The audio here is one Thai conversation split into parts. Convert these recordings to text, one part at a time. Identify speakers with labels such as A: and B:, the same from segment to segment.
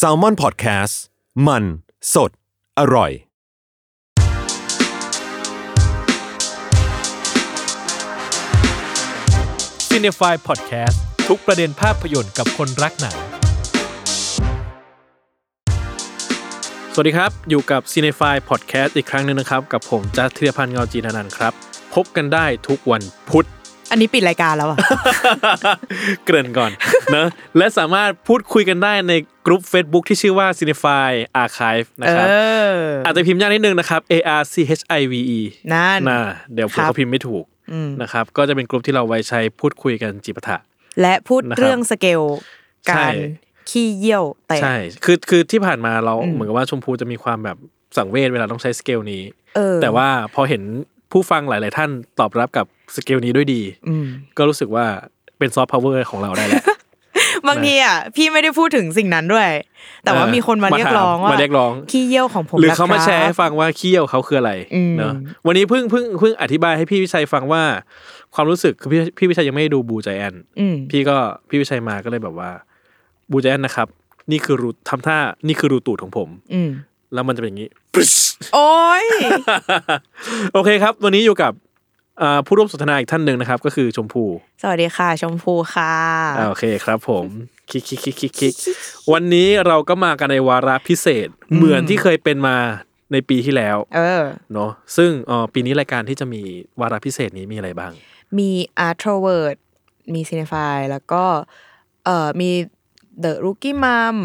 A: s a l m o n PODCAST มันสดอร่อย
B: c i n e f y Podcast ทุกประเด็นภาพยนตร์กับคนรักหนัง สวัสดีครับ อยู่กับ c i n e f y Podcast อีกครั้งหนึ่งนะครับ กับผมจัสธีรพันธ์เงาจีนานันท์ครับ พบกันได้ทุกวันพุธ
C: อันนี้ปิดรายการแล้วอ่ะ
B: เกริ่นก่อน นะและสามารถพูดคุยกันได้ในกลุ่ม Facebook ที่ชื่อว่า c i n e f y Archive นะ
C: เอ
B: ครับ
C: อ
B: อาจจะพิมพ์ยากนิดนึงนะครับ A R C H I V E
C: นั่น
B: นะเดี๋ยวผม
C: ครั
B: ก็
C: บ
B: พิมพ์ไม่ถูก
C: อืม
B: นะครับก็จะเป็นกลุ่มที่เราไว้ใช้พูดคุยกันจิปาถะ
C: และพูด
B: นะครับ
C: เรื่องสเกล
B: ใช่
C: การขี้เยี่ยวเตะ
B: ใช่ คือ คือที่ผ่านมาเรา
C: อืม
B: เหมือนกับว่าชมพูจะมีความแบบสังเวชเวลาต้องใช้สเกลนี้
C: เออ
B: แต่ว่าพอเห็นผู้ฟังหลาย ๆ ท่านตอบรับกับสเกลนี้ด้วยดี
C: อืม
B: ก็รู้สึกว่าเป็นซอฟต์พาวเวอร์ของเราได้แล้ว
C: บางทีอ่ะพี่ไม่ได้พูดถึงสิ่งนั้นด้วย แต่ว่า
B: เออ
C: มีคนมา
B: มา
C: เรีย
B: ถาก ม
C: ร้องว่า
B: มาเรียกร้อง
C: ขี้เยี่ยวของผม
B: หรือ
C: นะ
B: เขามา
C: คบ
B: แชร์ให้ฟังว่าเขี้ยวเขาคืออะไร
C: อืม
B: เนอะวันนี้เพิ่งเพิ่งเพิ่งอธิบายให้พี่วิชัยฟังว่า ความรู้สึกคือพี่พี่วิชัยยังไม่ได้ดูบูใจแอน
C: อืม
B: พี่ก็พี่วิชัยมาก็เลยแบบว่าบูใจแอนนะครับ นี่คือรูทำท่านี่คือรูตูดของผม
C: อืม
B: แล้วมันจะเป็นอย่างนี้
C: โอ้ย
B: โอเคครับ วันนี้อยู่กับอ่าผู้ร่วมสนทนาอีกท่านหนึ่งนะครับ ก็คือชมพู
C: สวัสดีค่ะ ชมพูค่ะ
B: อ่าโอเคครับผมคิกคิกคิกคิกคิกวันนี้เราก็มากันในวาระพิเศษ เหมือนที่เคยเป็นมาในปีที่แล้ว
C: เออ
B: เนาะซึ่งเอ่อปีนี้รายการที่จะมีวาระพิเศษนี้มีอะไรบ้าง
C: มี Art r o v e r t มี c i n e f y แล้วก็เอ่อมี The Rookie Mom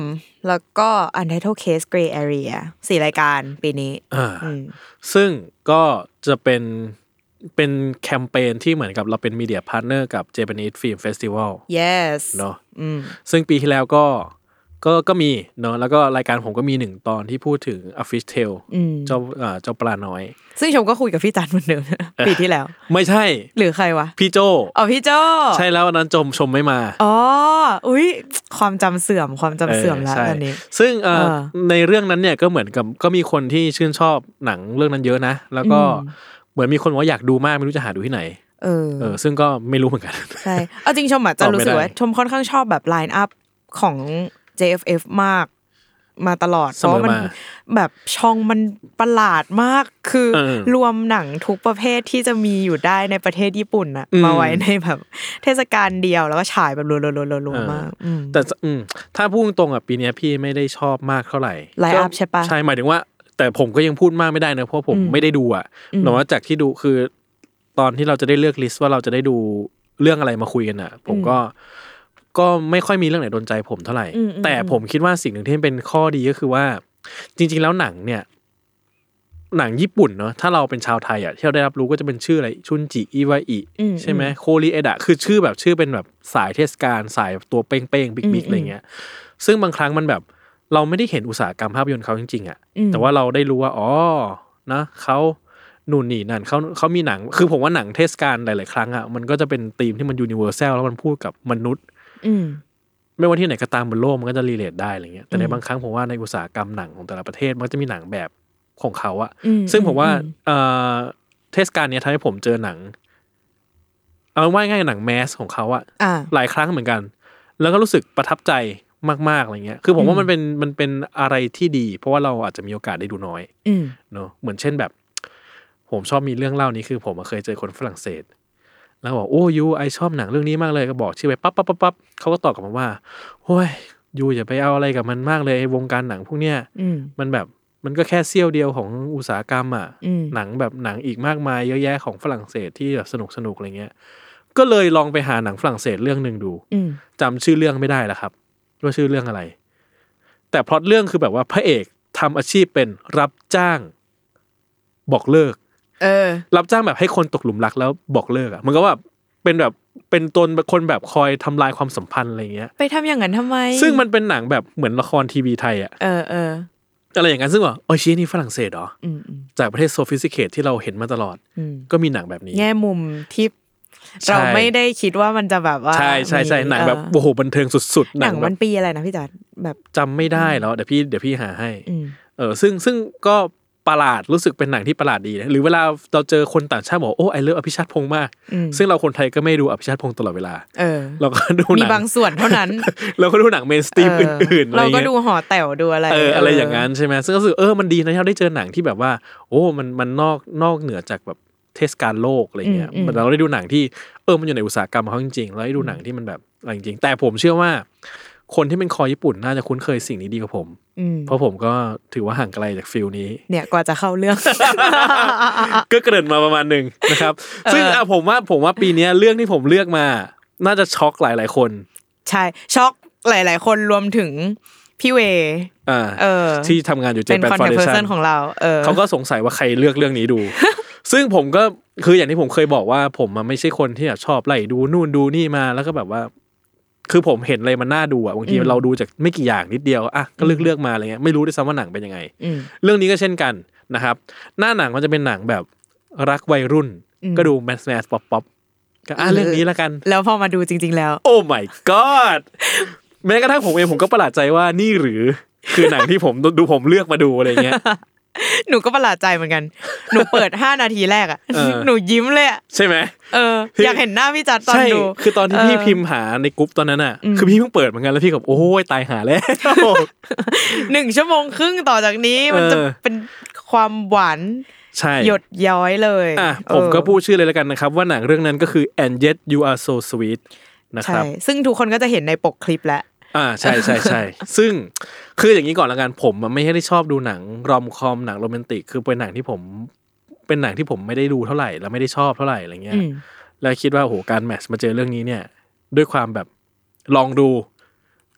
C: แล้วก็ Untitled Case Gray Area สี่รายการปีนี้
B: อ่า
C: อืม
B: ซึ่งก็จะเป็นเป็นแคมเปญที่เหมือนกับเราเป็นมีเดียพาร์ทเนอร์กับ Japanese Film Festival
C: yes
B: เนาะ
C: อืม
B: ซึ่งปีที่แล้วก็ก็ก็มีเนาะแล้วก็รายการผมก็มีหนึ่งตอนที่พูดถึง A Fish Tale
C: อืม
B: เจ้าอ่าเจ้าปลาน้อย
C: ซึ่งชมก็คุยกับพี่จันเหมือนเดิมนะปีที่แล้ว
B: ไม่ใช่
C: หรือใครวะ
B: พี่โจ
C: อ๋อ พี่โจ
B: ใช่แล้ววันนั้นชมชมไม่มา
C: อ๋อ อุ้ยความจำเสื่อมความจำเสื่อมแล้ว
B: ใช่
C: ตอนนี้
B: ซึ่งเอ่อ
C: เออ
B: ในเรื่องนั้นเนี่ยก็เหมือนกับก็มีคนที่ชื่นชอบหนังเรื่องนั้นเยอะนะ แล้วก็
C: อืม
B: เหมือนมีคนว่าอยากดูมากไม่รู้จะหาดูที่ไหน
C: เออ
B: เออซึ่งก็ไม่รู้เหมือนกัน
C: ใช่ เอาจริงชมอ่ะจะ
B: ตอบไม่
C: รู้สึกว่า
B: ได้
C: ชมค่อนข้างชอบแบบไลน์อัพของ JFF มากมาตลอด
B: เส
C: เพ
B: ม
C: ราะ
B: อมา
C: ว่ามันแบบช่องมันประหลาดมากคือ
B: เออ
C: รวมหนังทุกประเภทที่จะมีอยู่ได้ในประเทศญี่ปุ่นอะ
B: อืม
C: มาไว้ในแบบเทศกาลเดียวแล้วก็ฉายแบบรัวๆๆๆๆมากอืม
B: แต่อืมถ้าพูดตรงๆอ่ะปีเนี้ยพี่ไม่ได้ชอบมากเท่าไหร่
C: Line-up
B: ก็
C: ใช่ปะ
B: ใช่หมายถึงว่า แต่ผมก็ยังพูดมากไม่ได้นะเพราะผม
C: อืม
B: ไม่ได้ดูอ่ะ
C: อืม
B: หนอกจากที่ดูคือ ตอนที่เราจะได้เลือกลิสต์ว่าเราจะได้ดูเรื่องอะไรมาคุยกันอ่ะ ผมก็ก็ไม่ค่อยมีเรื่องไหนโดนใจผมเท่าไหร่
C: อืมอืม
B: แต่ผมคิดว่าสิ่งหนึ่งที่เป็นข้อดีก็คือว่า จริง ๆ แล้วหนังเนี่ย หนังญี่ปุ่นเนาะถ้าเราเป็นชาวไทยอ่ะที่เราได้รับรู้ก็จะเป็นชื่ออะไรชุนจิอิวาอิ
C: อืม
B: ใช่ไหมโคริเอดะคือชื่อแบบชื่อเป็นแบบสายเทศกาลสายตัวเป้งๆบิ๊ก
C: อื
B: บิ๊
C: ม
B: กอะไรเงี้ย ซึ่งบางครั้งมันแบบเราไม่ได้เห็นอุตสาหกรรมภาพยนตร์เขาจริงๆอ่ะ
C: อืม
B: แต่ว่าเราได้รู้ว่าอ๋อนะเขานู่นนี่นั่นเขาเขามีหนัง คือผมว่าหนังเทศกาลหลายๆครั้งอ่ะมันก็จะเป็นธีมที่มันยูนิเวอร์แซลแล้วมันพูดกับมนุษย์
C: อืม
B: ไม่ว่าที่ไหนก็ตามบนโลกมันก็จะรีเลทได้อะไรเงี้ยแต่ใน
C: อืม
B: บางครั้งผมว่าในอุตสาหกรรมหนังของแต่ละประเทศมันก็จะมีหนังแบบของเขาอะ
C: อื
B: ซึ่งผมว่า
C: อื
B: เอ่อเทศกาลเนี้ยทำให้ผมเจอหนัง เอาว่าง่ายๆหนังแมสของเขาอะ
C: อ่า
B: หลายครั้งเหมือนกัน แล้วก็รู้สึกประทับใจมากๆอะไรเงี้ย คือผมว่า
C: อืม
B: มันเป็นมันเป็นอะไรที่ดี เพราะว่าเราอาจจะมีโอกาสได้ดูน้อย
C: อืม
B: เนาะเหมือนเช่นแบบ ผมชอบมีเรื่องเล่านี้คือ ผมอะเคยเจอคนฝรั่งเศส แล้วบอกโอ้ยูไอชอบหนังเรื่องนี้มากเลยก็บอกชื่อไปปั๊บปั๊บปั๊บปั๊บเขาก็ตอบกลับมาว่าโอ้ยยูอย่าไปเอาอะไรกับมันมากเลยไอ้วงการหนังพวกเนี้ย
C: อืม
B: มันแบบมันก็แค่เสี้ยวเดียวของอุตสาหกรรมอ่ะ
C: อืม
B: หนังแบบหนังอีกมากมายเยอะแยะของฝรั่งเศสที่แบบสนุกสนุกอะไรเงี้ย ก็เลยลองไปหาหนังฝรั่งเศสเรื่องหนึ่งดู
C: อืม
B: จำชื่อเรื่องไม่ได้แล้วครับว่าชื่อเรื่องอะไร แต่พล็อตเรื่องคือแบบว่าพระเอกทำอาชีพเป็นรับจ้าง บอกเลิก
C: เออ
B: รับจ้างแบบให้คนตกหลุมรักแล้วบอกเลิกอ่ะมันก็แบบไป เป็นแบบเป็นตนคนแบบคอยทำลายความสัมพันธ์อะไรอย่างเงี้ย
C: ไปทำอย่างนั้นทำไม
B: ซึ่งมันเป็นหนังแบบเหมือนละครทีวีไทยอะ
C: เออเออ
B: อะไรอย่างนั้นซึ่งว่าโอชินี่ฝรั่งเศสเหรอ
C: อืมอืม
B: จากประเทศโซฟิสติเคทที่เราเห็นมาตลอด
C: อืม
B: ก็มีหนังแบบนี้
C: แง่มุมที่
B: ใช่
C: เราไม่ได้คิดว่ามันจะแบบว่า
B: ใช่ใช่ใช่
C: มี
B: หนังแบบ
C: เออ
B: โอ้โหบันเทิงสุดๆ ห
C: ห
B: นั
C: นั
B: ง
C: ง
B: แบ
C: มั
B: บ
C: นปีอะไรนะพี่จัดแบบ
B: จำไม่ได้แล้วเดี๋ยวพี่เดี๋ยวพี่หาให้
C: อืม
B: เออซึ่งซึ่งก็ประหลาดรู้สึกเป็นหนังที่ประหลาดดีนะหรือเวลาเราเจอคนต่างชาติบอกว่าโอ้ไอเลิฟอภิชาติพงษ์มาก
C: อืม
B: ซึ่งเราคนไทยก็ไม่ดูอภิชาติพงษ์ตลอดเวลา
C: เออ
B: เราก็ดูห
C: มี
B: นั
C: บางส่วนเท่า นั้น
B: เราก็ดูหนังเมนสตรีมอื่นๆ
C: เออ
B: อะไร
C: เราก็
B: เงี้ย
C: ดูหอแต๋วดูอะไร
B: เอออะไรอย่างนั้นใช่ไหมซึ่งก็รู้สึกเออมันดีนะที่เราได้เจอหนังที่แบบว่า โอ้มันมันนอกนอกเหนือจากแบบเทศกาลโลกอะไรเงี้ยมันเราได้ดูหนังที่เออมันอยู่ในอุตสาหกรรมของเขาจริงๆเราได้ดูหนังที่มันแบบอะไรจริงๆแต่ผมเชื่อว่า คนที่เป็นคอญี่ปุ่นน่าจะคุ้นเคยสิ่งนี้ดีกว่าผม
C: อืม
B: เพราะผมก็ถือว่าห่างไกลจากฟิลนี้
C: เนี่ยกว่าจะเข้าเรื่อง
B: ก็เกริ่นมาประมาณหนึ่ง นะครับ ซึ่งอ่ะผมว่าผมว่าปีเนี้ยเรื่องที่ผมเลือกมา น่าจะช็อกหลายหลายๆคน
C: ใช่ ช็อกหลาย ๆ คนรวมถึงพี่เว
B: อ่า
C: เออ
B: ที่ทำงานอยู่เจ
C: เป็น
B: แปน
C: คอ
B: ฟา
C: นเทน
B: ร์เด
C: ต์เพอร์
B: ชั
C: เซ
B: น
C: นของเรา เออ
B: เขาก็สงสัยว่าใครเลือกเรื่องนี้ ดู ซึ่งผมก็คืออย่างที่ผมเคยบอกว่า ผมมันไม่ใช่คนที่แบบชอบไล่ดูนู่นดูนี่มาแล้วก็แบบว่า คือผมเห็นอะไรมันน่าดูอ่ะบางทีเราดูจากไม่กี่อย่างนิดเดียวอ่ะก็เลือกเลือกมาอะไรเงี้ยไม่รู้ด้วยซ้ำว่าหนังเป็นยังไง
C: อืม
B: เรื่องนี้ก็เช่นกันนะครับ หน้าหนังมันจะเป็นหนังแบบรักวัยรุ่น
C: อืม
B: ก็ดูแมสแมสป๊อปป๊อปก็อ่ะ
C: เออ
B: เรื่องนี้แล้วกัน
C: แล้วพอมาดูจริง ๆ แล้ว
B: โอ้ my god แม้กระทั่งผมเองผมก็ประหลาดใจว่านี่หรือคือหนังที่ผม ดูผมเลือกมาดูอะไรเงี้ย
C: หนูก็ประหลาดใจเหมือนกัน หนูเปิด ห้านาทีแรกอ่ะ
B: เออ
C: หนูยิ้มเลยอะ
B: ใช่ไหม
C: เออ
B: พี่
C: อยากเห็นหน้าพี่จัดตอน
B: ใช่
C: ดู
B: คือตอนที่พี่
C: เออ
B: พิมพ์หาในกรุ๊ปตอนนั้นอ่ะ
C: อืม
B: คือพี่เพิ่งเปิดเหมือนกันแล้วพี่กับโอ้ยตายหาแล้ว
C: หนึ่งชั่วโมงครึ่งต่อจากนี้มันจะ
B: เออ
C: เป็นความหวาน
B: ใช่
C: หยดย้อยเลย
B: อ่ะ
C: เออ
B: ผมก็พูดชื่อเลยแล้วกันนะครับ ว่าหนังเรื่องนั้นก็คือ and yet you are so sweet นะค
C: ใช่
B: รับ
C: ซึ่งทุกคนก็จะเห็นในปกคลิปแล้ว
B: อ่าใช่ใช่ใช่ ซึ่งคืออย่างนี้ก่อนละกันผมอะไม่ได้ชอบดูหนังรอมคอมหนังโรแมนติกคือเป็นหนังที่ผมเป็นหนังที่ผมไม่ได้ดูเท่าไหร่แล้วไม่ได้ชอบเท่าไหร่อะไรเงี้ย
C: อืม
B: แล้วคิดว่าโอ้โหการแมทช์มาเจอเรื่องนี้เนี่ย ด้วยความแบบลองดู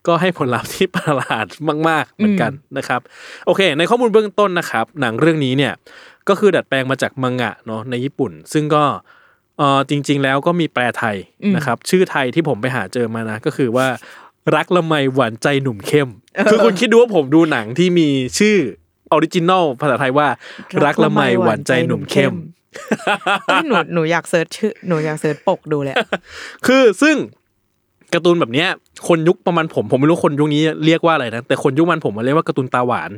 B: ก็ให้ผลลัพธ์ที่ประหลาดมาก ๆ เหมือนกันนะครับ โอเค ในข้อมูลเบื้องต้นนะครับ หนังเรื่องนี้เนี่ยก็คือดัดแปลงมาจากมังงะเนาะในญี่ปุ่น ซึ่งก็เออจริง ๆ แล้วก็มีแปลไทย
C: อืม
B: นะครับ ชื่อไทยที่ผมไปหาเจอมานะ ก็คือว่ารักละไมหวานใจหนุ่มเข้ม คือคุณคิดดูว่าผมดูหนังที่มีชื่อออริจินอลภาษาไทยว่า รักละไมหวานใจหนุ่มเข้ม
C: เอ้ยหนู หนูอยากเซิร์ชชื่อหนูอยากเซิร์ชปกดูเลยอะ
B: คือซึ่งการ์ตูนแบบเนี้ยคนยุคประมาณผมผมไม่รู้คนยุคนี้เรียกว่าอะไรนะแต่คนยุคมันผมมันเรียกว่าการ์ตูนตาหวาน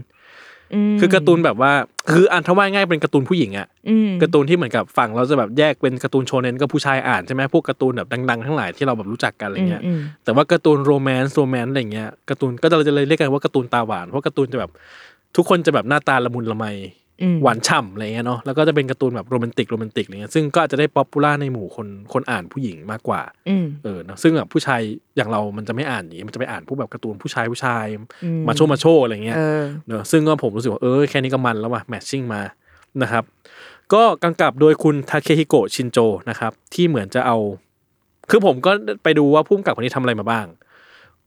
C: ม
B: คือการ์ตูนแบบว่าคืออ่านทว่าง่ายเป็นการ์ตูนผู้หญิงอะ
C: อืม
B: การ์ตูนที่เหมือนกับฝั่งเราจะแบบแยกเป็นการ์ตูนโชเนนก็ผู้ชายอ่านใช่ไหมพวกการ์ตูนแบบดังๆทั้งหลายที่เราแบบรู้จักกันอะไรเงี้ย
C: อืมอืม
B: แต่ว่าการ์ตูนโรแมนต์โรแมนต์อะไรเงี้ยการ์ตูนก็เราจะเลยเรียกกันว่าการ์ตูนตาหวานเพราะการ์ตูนจะแบบทุกคนจะแบบหน้าตาละมุนละไม
C: อืม
B: หวานฉ่ำอะไรเงี้ยเนาะแล้วก็จะเป็นการ์ตูนแบบโรแมนติกโรแมนติกอะไรเงี้ยซึ่งก็อาจจะได้ป๊อปปูล่าในหมู่คนคนอ่านผู้หญิงมากกว่า
C: อืม
B: เออเนอะซึ่งแบบผู้ชายอย่างเรามันจะไม่อ่านอย่างนี้มันจะไปอ่านพวกแบบการ์ตูนผู้ชายผู้ชาย
C: อืม
B: มาโชว์มาโชว์อะไรเงี้ย
C: เออ
B: เนอะซึ่งก็ผมรู้สึกว่าเออแค่นี้ก็มันแล้วว่ะแมทชิ่งมานะครับ ก็กำกับโดยคุณทาเคฮิโกะชินโจนะครับ ที่เหมือนจะเอา คือผมก็ไปดูว่าผู้กำกับคนนี้ทำอะไรมาบ้าง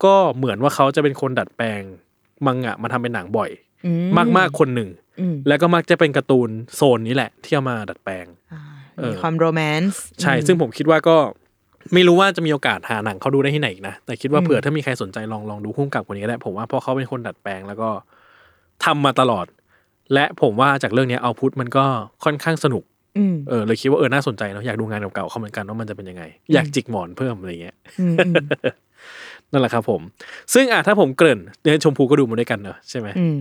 B: ก็เหมือนว่าเขาจะเป็นคนดัดแปลงมังงะมาทำเป็นหนังบ่อย
C: อื
B: มากๆคนหนึ่ง
C: อืม
B: แล้วก็มักจะเป็นการ์ตูนโซนนี้แหละ ที่เอามาดัดแปลง
C: อ่า
B: เออ
C: มีความโรแมนซ์
B: ใช่ ซึ่งผมคิดว่าก็ไม่รู้ว่าจะมีโอกาสหาหนังเขาดูได้ที่ไหนอีกนะ แต่คิดว่าเผื่อถ้ามีใครสนใจลองลองดูคู่กับคนนี้ก็ได้ ผมว่าเพราะเขาเป็นคนดัดแปลงแล้วก็ทำมาตลอด และผมว่าจากเรื่องเนี้เอาพุทมันก็ค่อนข้างสนุก
C: อืม
B: เออเลยคิดว่าเออน่าสนใจเนาะอยากดูงานเก่าๆเขาเหมือนกันว่ามันจะเป็นยังไง อยากจิกหมอนเพิ่มอะไรเงี้ย
C: อืมอืม
B: นั่นแหละครับผม ซึ่งอ่ะถ้าผมเกริ่นเนี่ยชมพูก็ดูมาด้วยกันเนอะใช่ไหม
C: อืม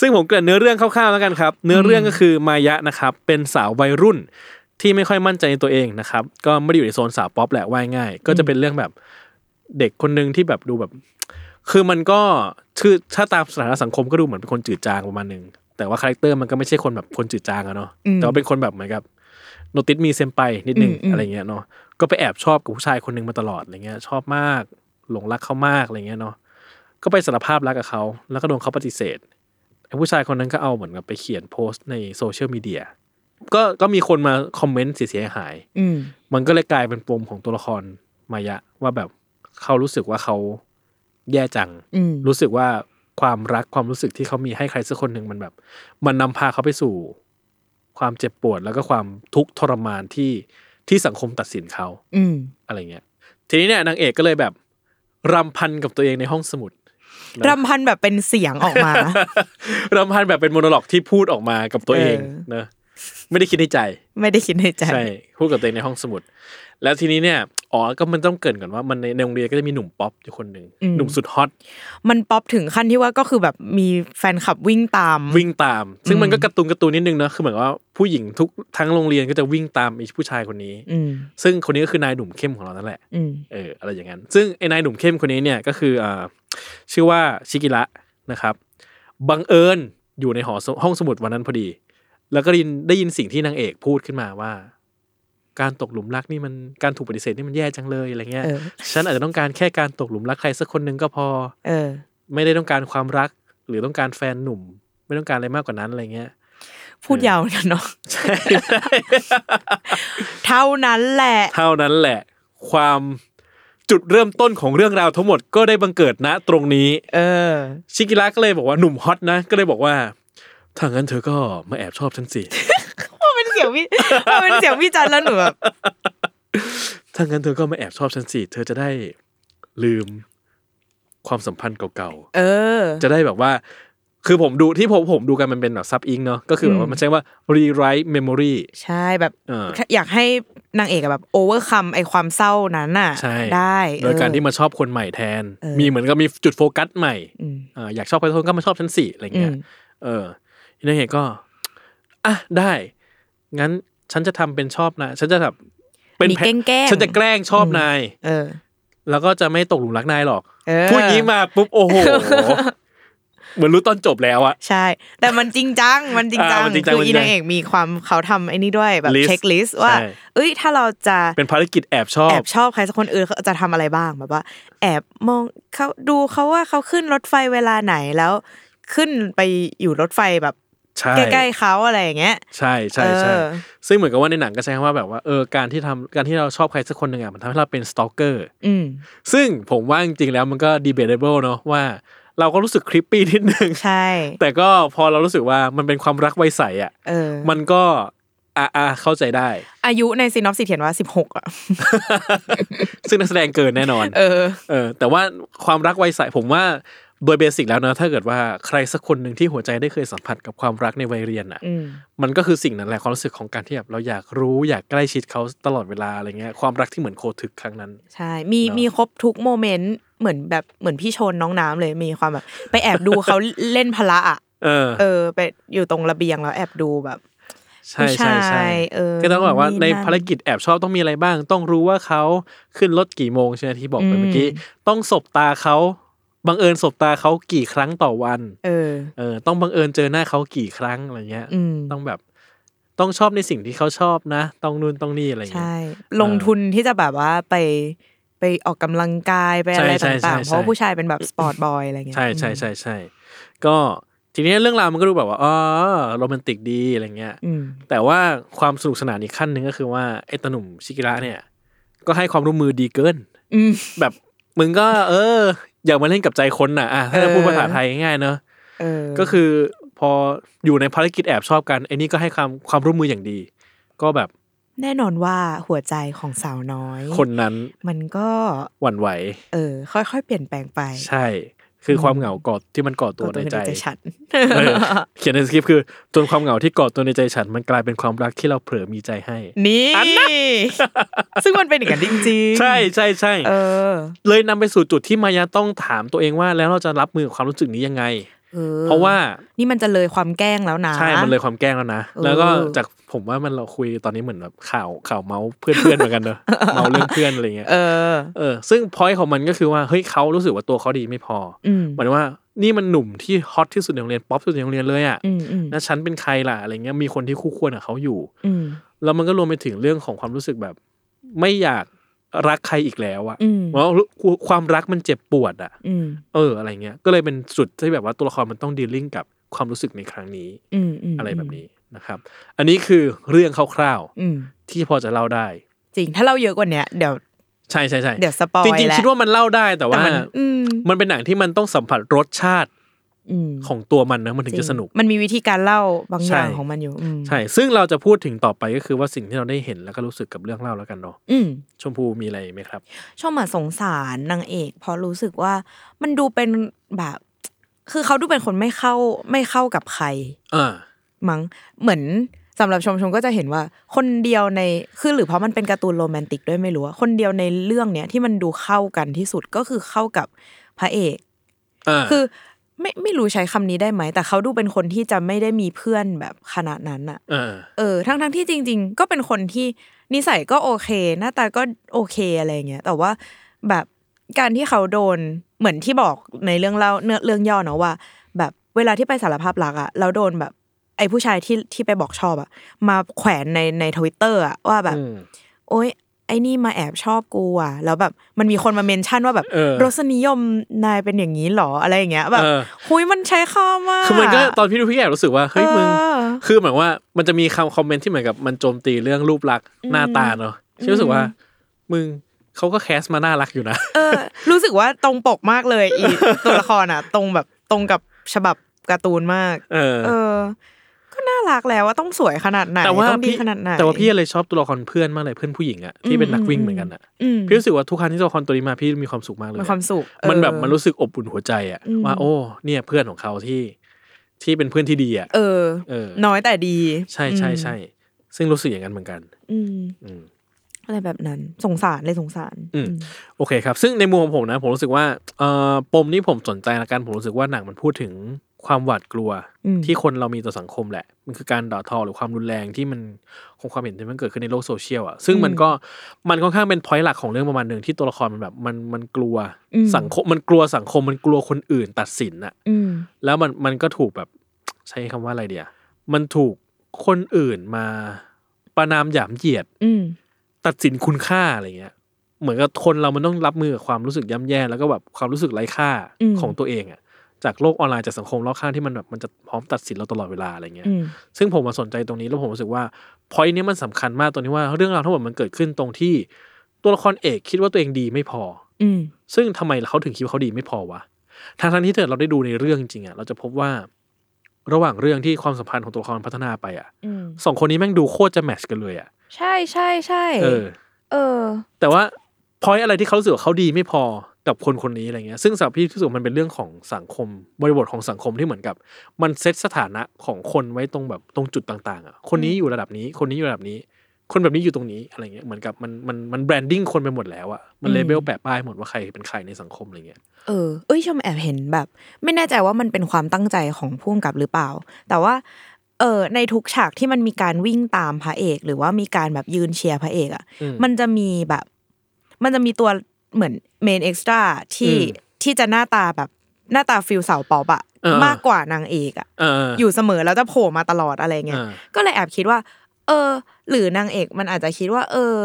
B: ซึ่งผมเกริ่นเนื้อเรื่องคร่าวๆแล้วกันครับ เนื้อเรื่องก็คือมายะนะครับ เป็นสาววัยรุ่นที่ไม่ค่อยมั่นใจในตัวเองนะครับ ก็ไม่ได้อยู่ในโซนสาวป๊อปแหละว่ายง่าย ก็จะเป็นเรื่องแบบเด็กคนหนึ่งที่แบบดูแบบ คือมันก็คือถ้าตามสถานะสังคมก็ดูเหมือนเป็นคนจืดจางประมาณหนึงแต่ว่าคาแรคเตอร์มันก็ไม่ใช่คนแบบคนจืดจางอะเนาะ
C: อืม
B: แต่ว่าเป็นคนแบบเหมือนกับโนติสมีเซมไปนิดนึง
C: อืมอืม
B: อะไรเงี้ยเนาะก็ไปแอบชอบกับผู้ชายคนหนึ่งมาตลอดอะไรเงี้ย ชอบมากหลงรักเขามากอะไรเงี้ยเนาะก็ไปสารภาพรักกับเขาแล้วก็โดนเขาปฏิเสธ ไอ้ผู้ชายคนนั้นก็เอาเหมือนกับไปเขียนโพสต์ในโซเชียลมีเดีย ก็ก็มีคนมาคอมเมนต์เสียหาย
C: อืม
B: มันก็เลยกลายเป็นปมของตัวละครมายะ ว่าแบบเขารู้สึกว่าเขาแย่จัง
C: อืม
B: รู้สึกว่าความรักความรู้สึกที่เขามีให้ใครสักคนหนึ่งมันแบบ มันนำพาเขาไปสู่ ความเจ็บปวดแล้วก็ความทุกข์ทรมานที่ที่สังคมตัดสินเขา
C: อืม
B: อะไรเงี้ย ทีนี้เนี่ยนางเอกก็เลยแบบรำพันกับตัวเองในห้องสมุด
C: รำพันแบบเป็นเสียงอ อกมา
B: รำพันแบบเป็นโมโนล็อกที่พูดออกมากับตัวเอง
C: เออ
B: เนอะไม่ได้คิดในใจ
C: ไม่ได้คิดในใจ
B: ใช่พูดกับตัวเองในห้องสมุด แล้วทีนี้เนี่ยอ๋อก็มันต้องเกรินก่อนว่ามันในในโรงเรียนก็จะมีหนุ่มป๊อปอยู่คนหนึ่ง
C: อืม
B: หนุ่มสุดฮอต
C: มันป๊อปถึงขั้นที่ว่าก็คือแบบมีแฟนคลับวิ่งตาม
B: วิ่งตาม ซึ่งมันก็การะตุนการะตุนนิดนึงเนอะคือเหมือนว่าผู้หญิงทุกทั้งโรงเรียนก็จะวิ่งตามไอ้ผู้ชายคนนี้
C: อืม
B: ซึ่งคนนี้ก็คือนายหนุ่มเข้มของเรานั่นแหละ
C: อืม
B: เอออะไรอย่างนั้น ซึ่งไอ้นายหนุ่มเข้มคนนี้เนี่ยก็คืออ่าชื่อว่าชิกิระนะครับบังเอิญอยู่ในหอสห้องสมุดวันนั้นพอดี แล้วก็ได้ยินได้ยินสิ่งที่นางเอกพูดขึ้นมาว่า การตกหลุมรักนี่มันการถูกปฏิเสธนี่มันแย่จังเลยอะไรเงี้ย
C: เออ
B: ฉันอาจจะต้องการแค่การตกหลุมรักใครสักคนหนึ่งก็พอ
C: เออ
B: ไม่ได้ต้องการความรัก หรือต้องการแฟนหนุ่ม ไม่ต้องการอะไรมากกว่านั้นอะไรเงี้ย
C: พูดยาวเหมือนกันเนาะ เท่านั้นแหละ
B: เท่านั้นแหละ ความจุดเริ่มต้นของเรื่องราวทั้งหมดก็ได้บังเกิดณตรงนี้
C: เออ
B: ชิกิระก็เลยบอกว่าหนุ่มฮอตนะ ก็เลยบอกว่าถ้างั้นเธอก็มาแอบชอบฉันสิ
C: ว่าเป็นเสียงพี่ ว่าเป็นเสียงพี่จันแล้วหนูแบบ
B: ถ้างั้นเธอก็มาแอบชอบฉันสิ เธอจะได้ลืมความสัมพันธ์เก่าๆ
C: เออ
B: จะได้แบบว่า คือผมดูที่ผมผมดูกันมันเป็นแบบซับอิงเนาะ ก็คือแบบว่ามันใช้ว่า rewrite memory
C: ใช่แบบ
B: เออ
C: อยากให้นางเอกอะแบบโอเวอร์คัมไอความเศร้านั้นน่ะ
B: ใช่
C: ได้
B: โดยการ
C: เออ
B: ที่มาชอบคนใหม่แทน
C: เออ
B: มีเหมือนกับมีจุดโฟกัสใหม่
C: อืม
B: อ่าอยากชอบใครสักคนก็มาชอบฉันสิอะไรเงี้ย
C: อืม
B: เออทีนี้เห็นก็ อ่ะได้ งั้นฉันจะทำเป็นชอบนะ ฉันจะแบบเป็น
C: มี
B: แผน
C: แกล้งแกล้ง
B: ฉันจะแกล้งชอบนาย
C: เออ
B: แล้วก็จะไม่ตกหลุมรักนายหรอก
C: เออ
B: พูดงี้มาปุ๊บโอ้โห เหมือนรู้ตอนจบแล้วอะ
C: ใช่ แต่มันจริงจั ง มันจริงจัง
B: อ่ามันจริงจัง
C: คืออีนางเอกมีความเขาทำไอ้นี่ด้วยแบบ
B: List
C: เช็คลิสต์ว่า
B: ใช่
C: เอ้ย ถ้าเราจะ
B: เป็นภารกิจแอบชอ
C: แอ
B: บบ
C: ชอบใครสักคนอื่นเขาจะทำอะไรบ้างแบบว่า แอบมองเขาดูเขาว่าเขาขึ้นรถไฟเวลาไหนแล้ว ขึ้นไปอยู่รถไฟแบบ
B: ใช่
C: ใกล้ๆเขาอะไรอย่างเงี้ย
B: ใช่ใช่ใช่
C: เออ
B: ซึ่งเหมือนกับว่าในหนังก็ใช้คำว่าแบบว่าเออการที่ทำการที่เราชอบใครสักคนหนึ่งอ่ะมันทำให้เราเป็นสตอกเกอร์
C: อืม
B: ซึ่งผมว่าจริงๆแล้วมันก็ debatable เนาะว่าเราก็รู้สึกคลิปปี้นิดนึง
C: ใช่
B: แต่ก็พอเรารู้สึกว่ามันเป็นความรักไวยใสอ่ะ
C: เออ
B: มันก็อ่าอ่าเข้าใจได้
C: อายุในซีนอฟสิเขียนว่าสิบหกอ่ะ
B: ซึ่งนักแสดงเกินแน่นอน
C: เออ
B: เออแต่ว่าความรักไวยใสผมว่าโดยเบสิกแล้วเนอะถ้าเกิดว่าใครสักคนหนึ่งที่หัวใจได้เคยสัมผัสกับความรักในวัยเรียนอ่ะ
C: อืม
B: มันก็คือสิ่งนั้นแหละความรู้สึกของการที่แบบเราอยากรู้อยากใกล้ชิดเขาตลอดเวลาอะไรเงี้ยความรักที่เหมือนโคทึกครั้งนั้น
C: ใช่ มี
B: เนอะ
C: มีครบทุกโมเมนต์เหมือนแบบเหมือนพี่ชนน้องน้ำเลยมีความแบบ ไปแอบดูเขาเล่นพละอ่ะ
B: เออ
C: เออไปอยู่ตรงระเบียงแล้วแอบดูแบบ
B: ใช่ใช่
C: ผู้ชา
B: ใช่
C: ยเออ
B: ก็ต้องบอกว่า
C: นู่น
B: ใน
C: นี่นั่น
B: ภารกิจแอบชอบต้องมีอะไรบ้าง ต้องรู้ว่าเขาขึ้นรถกี่โมงใช่ไหมที่บอกไป
C: อืม
B: เมื่อกี้ ต้องสบตาเขาบังเอิญสบตาเขากี่ครั้งต่อวัน
C: เออ
B: เออต้องบังเอิญเจอหน้าเขากี่ครั้งอะไรเงี้ย
C: อืม
B: ต้องแบบต้องชอบในสิ่งที่เขาชอบนะ ต้องนู่นต้องนี่อะไรเงี้
C: ใช่
B: ย
C: ลงทุนที่จะแบบว่าไปไปออกกำลังกายไปอะไร
B: ใช่ใช่
C: ต่าง
B: ใช่
C: ๆ เพราะว่าผู้ชายเป็นแบบสปอร์ตบอยอะไรเงี้ย
B: ใช่ใช่ใช่ใช่ก็ทีนี้เรื่องราวมันก็ดูแบบว่าอ๋อโรแมนติกดีอะไรเงี้ย
C: อืม
B: แต่ว่าความสนุกสนานอีกขั้นหนึ่งก็คือว่าไอ้ตาหนุ่มชิกิระเนี่ย ก็ให้ความร่วมมือดีเกิน
C: อืม
B: แบบมึงก็ เออ อย่ามาเล่นกับใจคนน่ะอ่ะถ้าจะ
C: เออ
B: พูดภาษาไทยง่ายๆเนอะ
C: เออ
B: ก็คือพออยู่ในภารกิจแอบชอบกันไอ้นี่ก็ให้ความความร่วมมืออย่างดี ก็แบบ
C: แน่นอนว่าหัวใจของสาวน้อย
B: คนนั้น
C: มันก็
B: หวั่นไหว
C: เออ ค่อยๆเปลี่ยนแปลงไป
B: ใช่ คือความเหงาก่อที่มันก่อตัวในใจ
C: ฉัน
B: เออเขียนในสคริปต์คือจนความเหงาที่ก่อตัวในใจฉัน มันกลายเป็นความรักที่เราเผลอมีใจให้
C: นี่
B: อันนั้น
C: ซึ่งมันเป็นอย่างนั้นจริงๆ
B: ใช่ใช่ใช่
C: เออ
B: เลยนำไปสู่จุดที่มายาต้องถามตัวเองว่าแล้วเราจะรับมือกับความรู้สึกนี้ยังไง
C: ออ
B: เพราะว่า
C: นี่มันจะเลยความแกล้งแล้วนะ
B: ใช่มันเลยความแกล้งแล้วนะ
C: เออ
B: แล้วก็จากผมว่ามันเราคุยตอนนี้เหมือนแบบข่าวข่าวเมาส์เพื่อนเพื่อนๆเหมือนกัน เนอะ เมาเรื่องเพื่อนอะไรเงี้ย
C: เออ
B: เออซึ่งพอยของมันก็คือว่าเฮ้ยเขารู้สึกว่าตัวเขาดีไม่พอ
C: อืม
B: เหมือนว่านี่มันหนุ่มที่ฮอตที่สุดในโรงเรียนป๊อปที่สุดในโรงเรียนเลยอ่ะ
C: อืมอืม
B: นะฉันเป็นใครล่ะอะไรเงี้ยมีคนที่คู่ควรกับเขาอยู่
C: อืม
B: แล้วมันก็รวมไปถึงเรื่องของความรู้สึกแบบ ไม่อยากรักใครอีกแล้วอ่ะ
C: อืม
B: เพราะความรักมันเจ็บปวดอ่ะ
C: อืม
B: เอออะไรเงี้ย ก็เลยเป็นจุดที่แบบว่าตัวละครมันต้องดีลลิ่งกับความรู้สึกในครั้งนี้
C: อืมม
B: อะไรแบบนี้นะครับ อันนี้คือเรื่องคร่าว
C: อืม
B: ๆที่พอจะเล่าได้
C: จริงถ้าเราเยอะกว่าเนี้ยเดี๋ยว
B: ใช่ใช่ใช่
C: เดี๋ยวสปอย
B: จริง
C: แล้
B: ๆคิดว่ามันเล่าได้แต่
C: แต่
B: ว่า
C: มันอืม
B: มันเป็นหนังที่มันต้องสัมผัสรสชาติ
C: อืม
B: ของตัวมันนะมันถึง
C: ริ
B: จะสนุก
C: มันมีวิธีการเล่าบาง
B: ใช่
C: อย่างของมันอยู่อืม
B: ใช่ ซึ่งเราจะพูดถึงต่อไปก็คือว่าสิ่งที่เราได้เห็นแล้วก็รู้สึกกับเรื่องเล่าแล้วกันเนาะ
C: อืม
B: ชมพูมีอะไรไหมครับ
C: ชอบมาสงสารนางเอกเพราะรู้สึกว่ามันดูเป็นแบบ คือเขาดูเป็นคนไม่เข้าไม่เข้ากับใคร
B: อ่า
C: มั้งเหมือนสำหรับชมชมก็จะเห็นว่า คนเดียวในคือหรือเพราะมันเป็นการ์ตูนโรแมนติกด้วยไม่รู้อะคนเดียวในเรื่องเนี้ยที่มันดูเข้ากันที่สุดก็คือเข้ากับพระเอก
B: อ่า
C: คือไม่ไม่รู้ใช้คำนี้ได้ไหม แต่เขาดูเป็นคนที่จะไม่ได้มีเพื่อนแบบขนาดนั้นอะ
B: อ่า
C: เออทั้งทั้งที่จริง ๆ ก็เป็นคนที่นิสัยก็โอเค หน้าตาก็โอเคอะไรเงี้ยแต่ว่าแบบการที่เขาโดนเหมือนที่บอกในเรื่องเล่าเนื้อเรื่องย่อเนาะว่า แบบเวลาที่ไปสารภาพรักอะแล้วโดนแบบ ไอ้ผู้ชายที่ที่ไปบอกชอบอะมาแขวนในในทวิตเตอร์อะว่าแบบ
B: อืม
C: โอ๊ยไอ้นี่มาแอบชอบกูอ่ะ แล้วแบบมันมีคนมาเมนชั่นว่าแบบ
B: เออ
C: รสนิยมนายเป็นอย่างนี้หรออะไรอย่างเงี้ยแบบ
B: เออ
C: หุยมันใช้ค่ามาก
B: คือมันก็ตอนพี่ดูพี่แอบรู้สึกว่าเฮ้ยมึง
C: ออ
B: คือเหมือนว่ามันจะมีคำคอมเมนต์ที่เหมือนกับมันโจมตีเรื่องรูปลักษณ์หน้าตาเนอะฉันรู้สึกว่า มึงเขาก็แคสมาน่ารักอยู่นะ
C: เออรู้สึกว่าตรงปกมากเลย อี ตัวละครอ่ะ ตรงแบบตรงกับฉบับการ์ตูนมาก
B: เออ
C: เออ ก็น่ารักแล้วว่าต้องสวยขนาดไหน
B: แต่ว่า
C: ต้องดี
B: พี่
C: ขนาดไหน
B: แต่ว่าพี่เลยชอบตัวละครเพื่อนมากเลยเพื่อนผู้หญิงอะที่เป็นนักวิ่งเหมือนกันอะ
C: อืม
B: พี่รู้สึกว่าทุกครั้งที่ตัวละครตัวนี้มาพี่มีความสุขมากเลย
C: มีความสุขเออ
B: มันแบบมันรู้สึกอบอุ่นหัวใจอะ
C: อืม
B: ว่าโอ้ เนี่ยเพื่อนของเขาที่ ที่เป็นเพื่อนที่ดีอะ
C: เออ
B: เออ
C: น้อยแต่ดี
B: ใช่ใช่ใช่ซึ่งรู้สึกอย่างนั้นเหมือนกัน
C: อืม
B: อืม
C: อะไรแบบนั้น สงสารเลยสงสาร
B: อืม โอเคครับ ซึ่งในมุมของผมนะ ผมรู้สึกว่าเอ่อปมนี้ผมสนใจละกัน ผมรู้สึกว่าหนังมันพูดถึงความหวาดกลัว
C: อืม
B: ที่คนเรามีต่อสังคมแหละ มันคือการด่าทอหรือความรุนแรงที่มันของความเห็นที่มันเกิดขึ้นในโลกโซเชียลอ่ะ ซึ่งมันก็มันค่อนข้างเป็นพอยต์หลักของเรื่องประมาณหนึ่งที่ตัวละครมันแบบมันมันกลัวสังคมมันกลัวสังคมมันกลัวคนอื่นตัดสินอ่ะ
C: อืม
B: แล้วมันมันก็ถูกแบบ ใช้คำว่าอะไรเดียมันถูกคนอื่นมาประนามหยามเหยียด
C: อืม
B: ตัดสินคุณค่าอะไรเงี้ย เหมือนกับคนเรามันต้องรับมือกับความรู้สึกย่ำแย่แล้วก็แบบความรู้สึกไร้ค่าของตัวเองอะจากโลกออนไลน์จากสังคมรอบข้างที่มันแบบมันจะพร้อมตัดสินเราตลอดเวลาอะไรเงี้ย
C: อืม
B: ซึ่งผมมาสนใจตรงนี้แล้วผมรู้สึกว่าพอยนี้มันสำคัญมากตรงที่ว่าเรื่องราวทั้งหมดมันเกิดขึ้นตรงที่ตัวละครเอกคิดว่าตัวเองดีไม่พอ
C: อืม
B: ซึ่งทำไมเขาถึงคิดว่าเขาดีไม่พอวะทางทางๆที่เกิดเราได้ดูในเรื่องจริงอะเราจะพบว่า ระหว่างเรื่องที่ความสัมพันธ์ของตัวละครพัฒนาไปอะ
C: อืม
B: สองคนนี้แม่งดูโคตรจะแมทชกันเลยอะ
C: ใช่ใช่ใช่
B: เออ
C: เออ
B: แต่ว่าพอยอะไรที่เขารู้สึกว่าเขาดีไม่พอกับคนคนนี้อะไรเงี้ย ซึ่งสำหรับพี่ที่รู้สึกว่ามันเป็นเรื่องของสังคม บริบทของสังคมที่เหมือนกับ มันเซตสถานะของคนไว้ตรงแบบตรงจุดต่างๆอ่ะคนนี้อยู่ระดับนี้ คนนี้อยู่ระดับนี้ คนแบบนี้อยู่ตรงนี้อะไรเงี้ยเหมือนกับมันมันมันแบรนดิ้งคนไปหมดแล้วอ่ะมัน
C: อืม
B: เลเบลแปะป้ายหมดว่าใครเป็นใครในสังคมอะไรเงี้ย
C: เออ เอ้ยชมแอบเห็นแบบ ไม่แน่ใจว่ามันเป็นความตั้งใจของพ่วงกับหรือเปล่า แต่ว่า เออในทุกฉากที่มันมีการวิ่งตามพระเอก หรือว่ามีการแบบยืนเชียร์พระเอกอะ่ะ
B: อืม
C: มันจะมีแบบ มันจะมีตัวเหมือนเมนเอ็กซ์ตร้าที่
B: อืม
C: ที่จะหน้าตาแบบหน้าตาฟิลเสาวปอบอะ
B: เออ
C: มากกว่านางเอกอะ
B: เออ
C: อยู่เสมอแล้วจะโผล่มาตลอดอะไรเงี้ย
B: อ่า
C: ก็เลยแอบคิดว่า เออ หรือนางเอกมันอาจจะคิดว่า เออ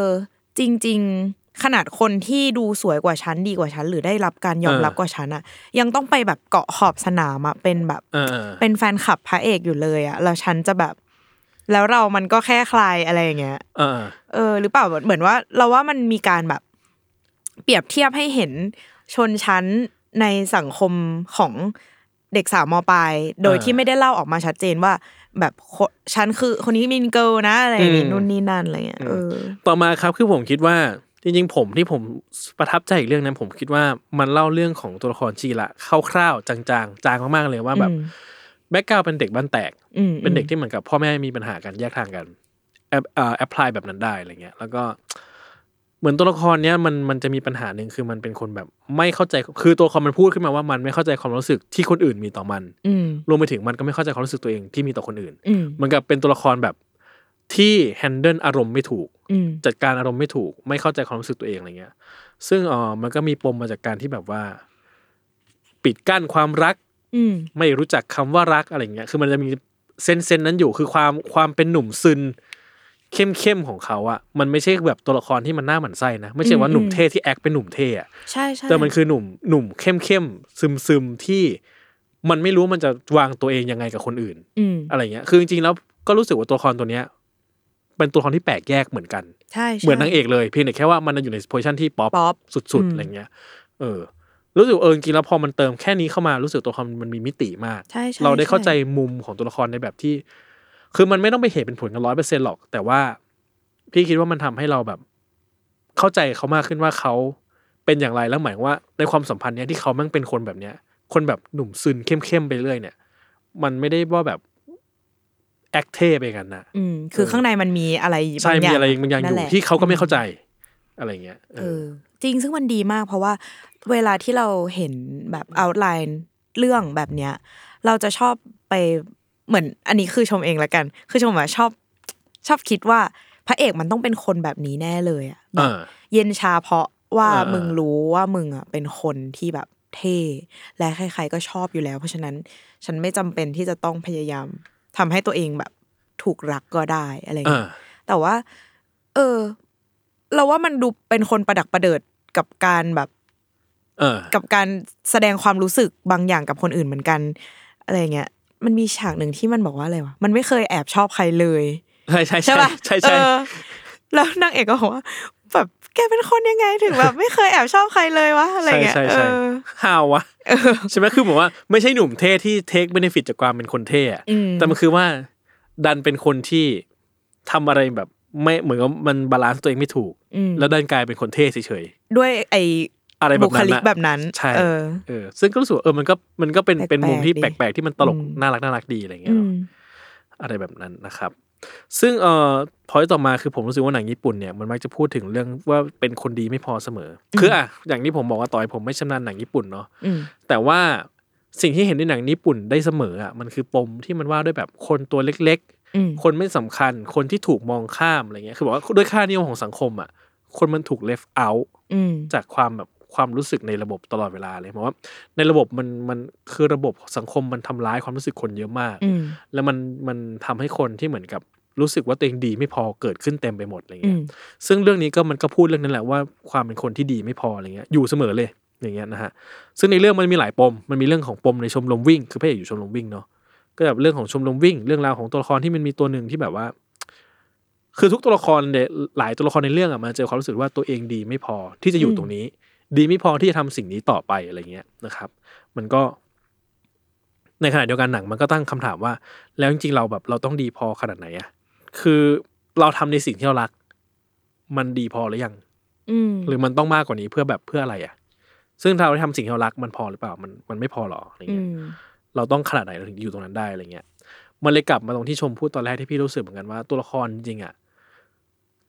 C: จริง ๆ ขนาดคนที่ดูสวยกว่าฉันดีกว่าฉัน หรือได้รับการยอม
B: เออ
C: รับกว่าฉันอะยังต้องไปแบบเกาะขอบสนามอะเป็นแบบ
B: เออเออ
C: เป็นแฟนคลับพระเอกอยู่เลยอะแล้วฉันจะแบบ แล้วเรามันก็แค่ใคลายอะไรอย่างเงี้ย
B: เออ
C: เออหรือเปล่าเหมือนว่า เราว่ามันมีการแบบ เปรียบเทียบให้เห็นชนชั้นในสังคมของเด็กสาวมปลายโดย
B: อ่า
C: ที่ไม่ได้เล่าออกมาชัดเจนว่า แบบคนฉันคือคนนี้มินเกิลนะอะไรอย่างนี้
B: อืม
C: นู่นนี่นั่นอะไรเงี้ยเออ
B: ต่อมาครับคือผมคิดว่าจริงๆผมที่ผมประทับใจอีกเรื่องนั้นผมคิดว่ามันเล่าเรื่องของตัวละครชีละคร่าวๆจางๆ จางมากๆเลยว่าแบบ
C: อืม
B: แบ็กกราวเป็นเด็กบ้านแตก
C: อืม
B: เป็นเด็กที่เหมือนกับพ่อแม่มีปัญหากันแยกทางกันแอปแอพพลายแบบนั้นได้อะไรเงี้ย แล้วก็ เหมือนตัวละครเนี้ยมันมันจะมีปัญหาหนึ่งคือมันเป็นคนแบบ ไม่เข้าใจคือตัวละครมันพูดขึ้นมาว่ามันไม่เข้าใจความรู้สึกที่คนอื่นมีต่อมัน
C: อืม
B: รวมไปถึงมันก็ไม่เข้าใจความรู้สึกตัวเองที่มีต่อคนอื่น
C: อืม
B: เหมือนกับเป็นตัวละครแบบที่แฮนเดิลอารมณ์ไม่ถูก
C: อืม
B: จัดการอารมณ์ไม่ถูก ไม่เข้าใจความรู้สึกตัวเองอะไรเงี้ย ซึ่งเออมันก็มีปมมาจากการที่แบบว่า ปิดกั้นความรัก
C: อืม
B: ไม่รู้จักคำว่ารักอะไรเงี้ย คือมันจะมีเส้นเส้นนั้นอยู่คือความความเป็นหนุ่มซึนเข้มเข้มๆของเขาอะมันไม่ใช่แบบตัวละครที่มันหน้าหมันไส้นะไม่ใช่ว่าหนุ่มเท่ที่แอคเป็นหนุ่มเท่อะ
C: ใช่ใช่
B: แต่มันคือหนุ่มหนุ่มเข้มเข้มซึมซึมๆที่มันไม่รู้ว่ามันจะวางตัวเองยังไงกับคนอื่น
C: อืม
B: อะไรเงี้ย คือจริงๆแล้วก็รู้สึกว่าตัวละครตัวเนี้ย เป็นตัวละครที่แปลกแยกเหมือนกัน
C: ใช่ใช่
B: เหมือนนางเอกเลยเพียงแต่แค่ว่ามันอยู่ในโพ i ชันที่ป๊อป
C: ป๊อป
B: สุด
C: อื
B: ๆ
C: ม
B: อะไรเงี้ย เออ รู้สึกเออจริงๆแล้วพอมันเติมแค่นี้เข้ามารู้สึกตัวละครมันมีมิติมาก
C: ใช่ใช่
B: เราได้เข้าใจ
C: ช่
B: มุมของตัวละครในแบบที่ คือมันไม่ต้องไปเห็นเป็นผลกันร้อยเปอร์เซ็นหรอก แต่ว่าพี่คิดว่ามันทำให้เราแบบ เข้าใจเขามากขึ้นว่าเขาเป็นอย่างไรแล้วหมายว่า ในความสัมพันธ์เนี้ยที่เขาแมั่งเป็นคนแบบเนี้ย คนแบบหนุ่มซึนเข้มๆไปเรื่อยเนี่ย มันไม่ได้ว่าแบบแอคเทไปกันนะ
C: อืมคือข้างในมันมีอะไร
B: ใช่
C: บางอย่า
B: มี
C: ง
B: อะไรบางอย่างอ
C: นั่น
B: ยู่
C: แหละ
B: ที่เขาก็ไม่เข้าใจอะไรเงี้ยเอ
C: เอ
B: อ
C: อจริงซึ่งมันดีมากเพราะว่าเวลาที่เราเห็นแบบเอาไลน์เรื่องแบบเนี้ย เราจะชอบไปเหมือนอันนี้คือชมเองละกัน คือชมว่าชอบชอบคิดว่าพระเอกมันต้องเป็นคนแบบนี้แน่เลยอ่ะแบบ
B: อ่า
C: เย็นชาเพราะว่า
B: เออเออ
C: มึงรู้ว่ามึงอ่ะเป็นคนที่แบบเท่ และใครๆก็ชอบอยู่แล้ว เพราะฉะนั้นฉันไม่จำเป็นที่จะต้องพยายามทำให้ตัวเองแบบถูกรักก็ได้อะไรอย่าง
B: อ่า
C: เงี้ย แต่ว่า เออ เราว่ามันดูเป็นคนประดักประเดิดกับการแบบ
B: เออ
C: กับการแสดงความรู้สึกบางอย่างกับคนอื่นเหมือนกัน อะไรเงี้ย มันมีฉากหนึ่งที่มันบอกว่าอะไรวะมันไม่เคยแอบชอบใครเลย
B: ใช่ใช่
C: ใช่
B: ใช่
C: ป่ะ
B: ใช่ใช่
C: เออแล้วนางเอกก็บอกว่าแบบแกเป็นคนยังไงถึงแบบ ไม่เคยแอบชอบใครเลยวะอะไร
B: ใช่
C: เงี้ย
B: ใช่
C: เอ
B: ใช่
C: อ
B: ฮาวะ ใช่ไหมคือเหมือนว่าไม่ใช่หนุ่มเท่ที่เทคเบนฟิตจากความเป็นคนเท่อะ
C: อืม
B: แต่มันคือว่า ดันเป็นคนที่ทำอะไรแบบไม่เหมือนกับมันบาลานซ์ตัวเองไม่ถูก
C: อืม
B: แล้วดันกลายเป็นคนเท่เฉย
C: ด้วยไอ
B: ๆอะไรแบบ
C: บุ
B: นั้น
C: คลิก
B: อะ
C: แบบนั้น
B: ใช่
C: เออ
B: เออซึ่งก็รู้สึกว่าเออมันก็มันก็เป็น
C: แปลกๆ
B: เป็นมุมที่
C: ดี
B: แปลกๆที่มันตลก
C: อืม
B: น่ารักน่ารักดีอะไรอย่างเงี้
C: อื
B: ยเนอะ
C: ม
B: อะไรแบบนั้นนะครับ ซึ่งเอ่อพอยต่อมาคือผมรู้สึกว่าหนังญี่ปุ่นเนี่ยมันมักจะพูดถึงเรื่องว่าเป็นคนดีไม่พอเสมออ
C: ม
B: คืออ่ะอย่างที่ผมบอกว่าต่อยผมไม่ชำนาญหนังญี่ปุ่นเนาะ
C: อืม
B: แต่ว่าสิ่งที่เห็นในหนังญี่ปุ่นได้เสมออ่ะมันคือปมที่มันว่าด้วยแบบคนตัวเล็ก
C: อืม
B: ๆ คนไม่สำคัญ คนที่ถูกมองข้ามอะไรเงี้ยคือบอกว่าด้วยค่านิยมของสังคมอ่ะคนมันถูก left out
C: อืม
B: จากความแบบความรู้สึกในระบบตลอดเวลาเลยเพราะว่า ในระบบมันมันคือระบบสังคมมันทำร้ายความรู้สึกคนเยอะมาก
C: อืม
B: แล้วมันมันทำให้คนที่เหมือนกับรู้สึกว่าตัวเองดีไม่พอเกิดขึ้นเต็มไปหมดอะไร
C: อื
B: เงี้ย
C: ม
B: ซึ่งเรื่องนี้ก็มันก็พูดเรื่องนั้นแหละว่าความเป็นคนที่ดีไม่พออะไรเงี้ยอยู่เสมอเลยอย่างเงี้ยนะฮะซึ่งในเรื่องมันมีหลายปมมันมีเรื่องของปมในชมรมวิ่ง คือพระเอกอยู่ชมรมวิ่งเนาะก็แบบเรื่องของชมรมวิ่ง เรื่องราวของตัวละครที่มันมีตัวหนึ่งที่แบบว่า คือทุกตัวละครเนี่ยหลายตัวละครในเรื่องอะมันเจอความรู้สึกว่าตัวเองดีไม่พอที่จะอยู่ตรงนี้ ดีไม่พอที่จะทำสิ่งนี้ต่อไปอะไรเงี้ยนะครับ มันก็ ในขณะเดียวกันหนังมันก็ตั้งคำถามว่า แล้วจริงๆเราแบบเราต้องดีพอขนาดไหนอะคือเราทำในสิ่งที่เรารัก มันดีพอหรือยัง
C: อืม
B: หรือมันต้องมากกว่านี้เพื่อแบบเพื่ออะไรอะซึ่งเราได้ทำสิ่งที่เรารักมันพอหรือเปล่า มันมันไม่พอหรออะไร
C: อื
B: เงี้ย
C: ม
B: เราต้องขนาดไหนเราถึงอยู่ตรงนั้นได้อะไรเงี้ย มันเลยกลับมาตรงที่ชมพูดตอนแรกที่พี่รู้สึกเหมือนกันว่าตัวละครจริงๆอะ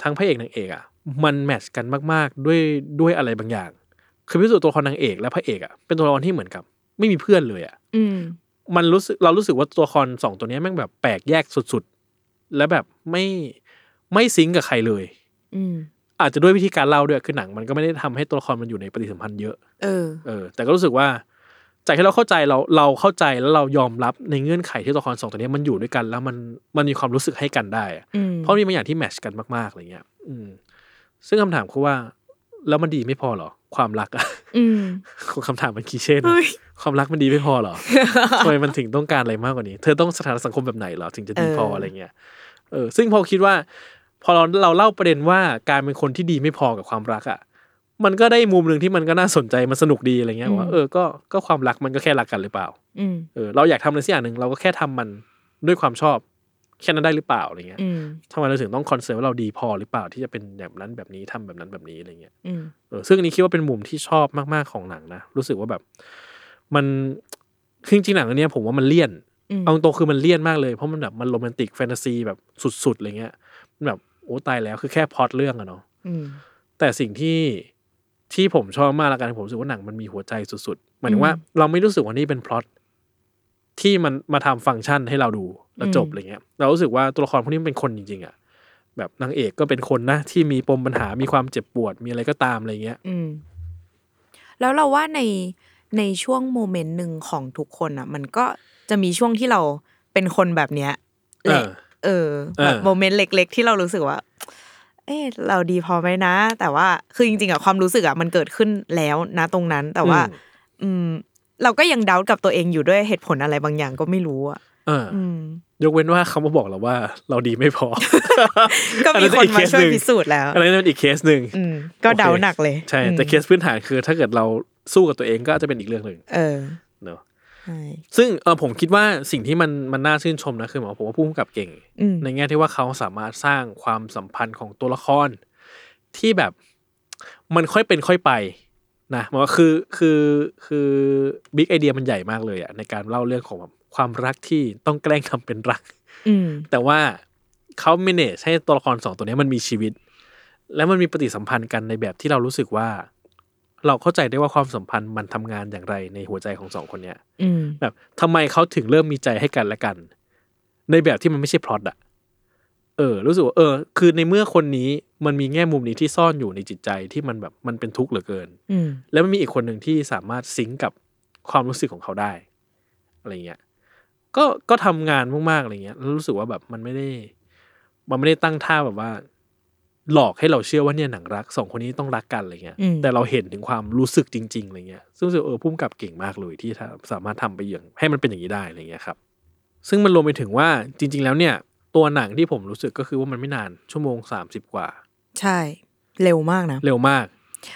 B: ทั้งพระเอกนางเอกอะมันแมทช์กันมากๆด้วยด้วยอะไรบางอย่าง คือพิสูจน์ตัวละครนางเอกและพระเอกอะเป็นตัวละครที่เหมือนกับ ไม่มีเพื่อนเลยอะ
C: อืม
B: มันรู้สึกเรารู้สึกว่าตัวละครสองตัวเนี้ยแม่งแบบแปลกแยกสุดๆ และแบบไม่ไม่ซิงก์กับใครเลย
C: อืม
B: อาจจะด้วยวิธีการเล่าด้วยคือหนัง มันก็ไม่ได้ทำให้ตัวละครมันอยู่ในปฏิสัมพันธ์เยอะ
C: เออ
B: เออแต่ก็รู้สึกว่า จากที่เราเข้าใจเราเราเข้าใจแล้วเรายอมรับในเงื่อนไขที่ตัวละครสองตัวเนี้ยมันอยู่ด้วยกัน แล้วมันมันมีความรู้สึกให้กันได้อะ
C: อืม
B: เพราะมีบางอย่างที่แมทชกันมากๆอะไรเงี้ยอืม ซึ่งคำถามคือว่า แล้วมันดีไม่พอเหรอความรักอะ
C: อืม
B: คำถามมันคลีเช่เนอะ
C: เฮ้ย
B: ความรักมันดีไม่พอเหรอ ทำไมมันถึงต้องการอะไรมากกว่านี้ เธอต้องสถานะสังคมแบบไหนเหรอ ถึงจะดีพอ
C: เอออ
B: อะไรเงี้ย เออ ซึ่งพอคิดว่า พอเราเราเล่าประเด็นว่าการเป็นคนที่ดีไม่พอกับความรักอะ่ะ มันก็ได้มุมหนึ่งที่มันก็น่าสนใจมันสนุกดีอะไรเงี้ยว่าเออ ก็ก็ความรักมันก็แค่รักกันหรือเปล่า
C: อืม
B: เออ เราอยากทำอะไรสักอย่างหนึ่งเราก็แค่ทำมันด้วยความชอบแค่นั้นได้หรือเปล่าอะไรเงี้ย
C: อืม
B: ทำไมเราถึงต้องคอนเซิร์นว่าเราดีพอหรือเปล่าที่จะเป็นแบบนั้นแบบนี้ทำแบบนั้นแบบนี้อะไรเงี้ย
C: อืม
B: เออซึ่งอันนี้คิดว่าเป็นมุมที่ชอบมาก ๆ ของหนังนะ รู้สึกว่าแบบ มันคือจริงๆหนังอันเนี้ยผมว่ามันเลี่ยน
C: อืม
B: เอาตรงๆคือมันเลี่ยนมากเลย เพราะมันแบบมันโรแมนติกแฟนตาซีแบบสุด ๆ อะไรเงี้ยมันแบบโอ้ตายแล้วคือแค่พล็อตเรื่องอะเนาะ
C: อืม
B: แต่สิ่งที่ที่ผมชอบมากละกันผมรู้สึกว่าหนังมันมีหัวใจสุดๆหมายถึงว่าเราไม่รู้สึกว่านี่เป็นพล็อตที่มันมาทำฟังก์ชันให้เราดูแล้วจบ
C: อืม
B: อะไรเงี้ย เรารู้สึกว่าตัวละครพวกนี้มันเป็นคนจริงๆอะแบบนางเอกก็เป็นคนนะที่มีปมปัญหามีความเจ็บปวดมีอะไรก็ตามอะไรเงี้ย
C: อืม แล้วเราว่าในในช่วงโมเมนต์หนึ่งของทุกคนอ่ะ มันก็จะมีช่วงที่เราเป็นคนแบบเนี้ยแหละ
B: เออ
C: เออ แบบ
B: เออ
C: โมเมนต์เล็ก ๆ ที่เรารู้สึกว่า เออเราดีพอไหมนะ แต่ว่าคือจริงๆอ่ะความรู้สึกอ่ะมันเกิดขึ้นแล้วนะตรงนั้น แต่ว่า อืม เราก็ยังเดากับตัวเองอยู่ด้วยเหตุผลอะไรบางอย่างก็ไม่รู้อ่ะ
B: เอออ
C: อืม
B: ยกเว้นว่าเขามาบอกเราว่า เราดีไม่พอ
C: ก็มีคนมาช่ว
B: อันนั้นจะอีกเคสหนึ่
C: ย
B: ง
C: พิสูจน์แล้ว
B: อะไรนั่นเป็นอีกเคสหนึ่ง
C: อืม ก็เดาหนักเลย
B: ใช่แต่
C: อืม
B: เคสพื้นฐานคือ ถ้าเกิดเรา สู้กับตัวเองก็อาจจะเป็นอีกเรื่องหนึ่ง
C: เออ
B: เนอะ
C: ใช่
B: ซึ่งเออผมคิดว่าสิ่งที่มันมันน่าชื่นชมนะคือหมอผมว่าผู้กำกับเก่ง
C: อืม
B: ในแง่ที่ว่าเขาสามารถสร้างความสัมพันธ์ของตัวละคร ที่แบบมันค่อยเป็นค่อยไปนะหมันว่าคือคือคือบิ๊กไอเดียมันใหญ่มากเลยอะในการเล่าเรื่องของแบบความรักที่ต้องแกล้งทำเป็นรัก
C: อืม
B: แต่ว่าเขา manage ให้ตัวละครสองตัวเนี้ยมันมีชีวิต และมันมีปฏิสัมพันธ์กันในแบบที่เรารู้สึกว่า เราเข้าใจได้ว่าความสัมพันธ์มันทำงานอย่างไรในหัวใจของสองคนเนี้ย
C: อืม
B: แบบทำไมเขาถึงเริ่มมีใจให้กันและกัน ในแบบที่มันไม่ใช่พล็อตอะเออ รู้สึกว่าเออ คือในเมื่อคนนี้มันมีแง่มุมนี้ที่ซ่อนอยู่ในจิตใจที่มันแบบมันเป็นทุกข์เหลือเกิน
C: อืม
B: แล้วมันมีอีกคนหนึ่งที่สามารถซิงก์กับความรู้สึกของเขาได้ อะไรเงี้ย ก็ก็ทำงานมากๆอะไรเงี้ยแล้วรู้สึกว่าแบบมันไม่ได้ มันไม่ได้ตั้งท่าแบบว่า หลอกให้เราเชื่อว่าเนี่ยหนังรักสองคนนี้ต้องรักกันอะไรเงี้ย
C: อืม
B: แต่เราเห็นถึงความรู้สึกจริงๆอะไรเงี้ย ซึ่งรู้สึกเออพุ่มกับเก่งมากเลยที่ถ้าสามารถทำไปอย่างให้มันเป็นอย่างนี้ได้อะไรเงี้ยครับ ซึ่งมันรวมไปถึงว่าจริง ๆ แล้วเนี่ย ตัวหนังที่ผมรู้สึกก็คือว่ามันไม่นานชั่วโมงสามสิบกว่า
C: ใช่ เร็วมากนะ
B: เร็วมาก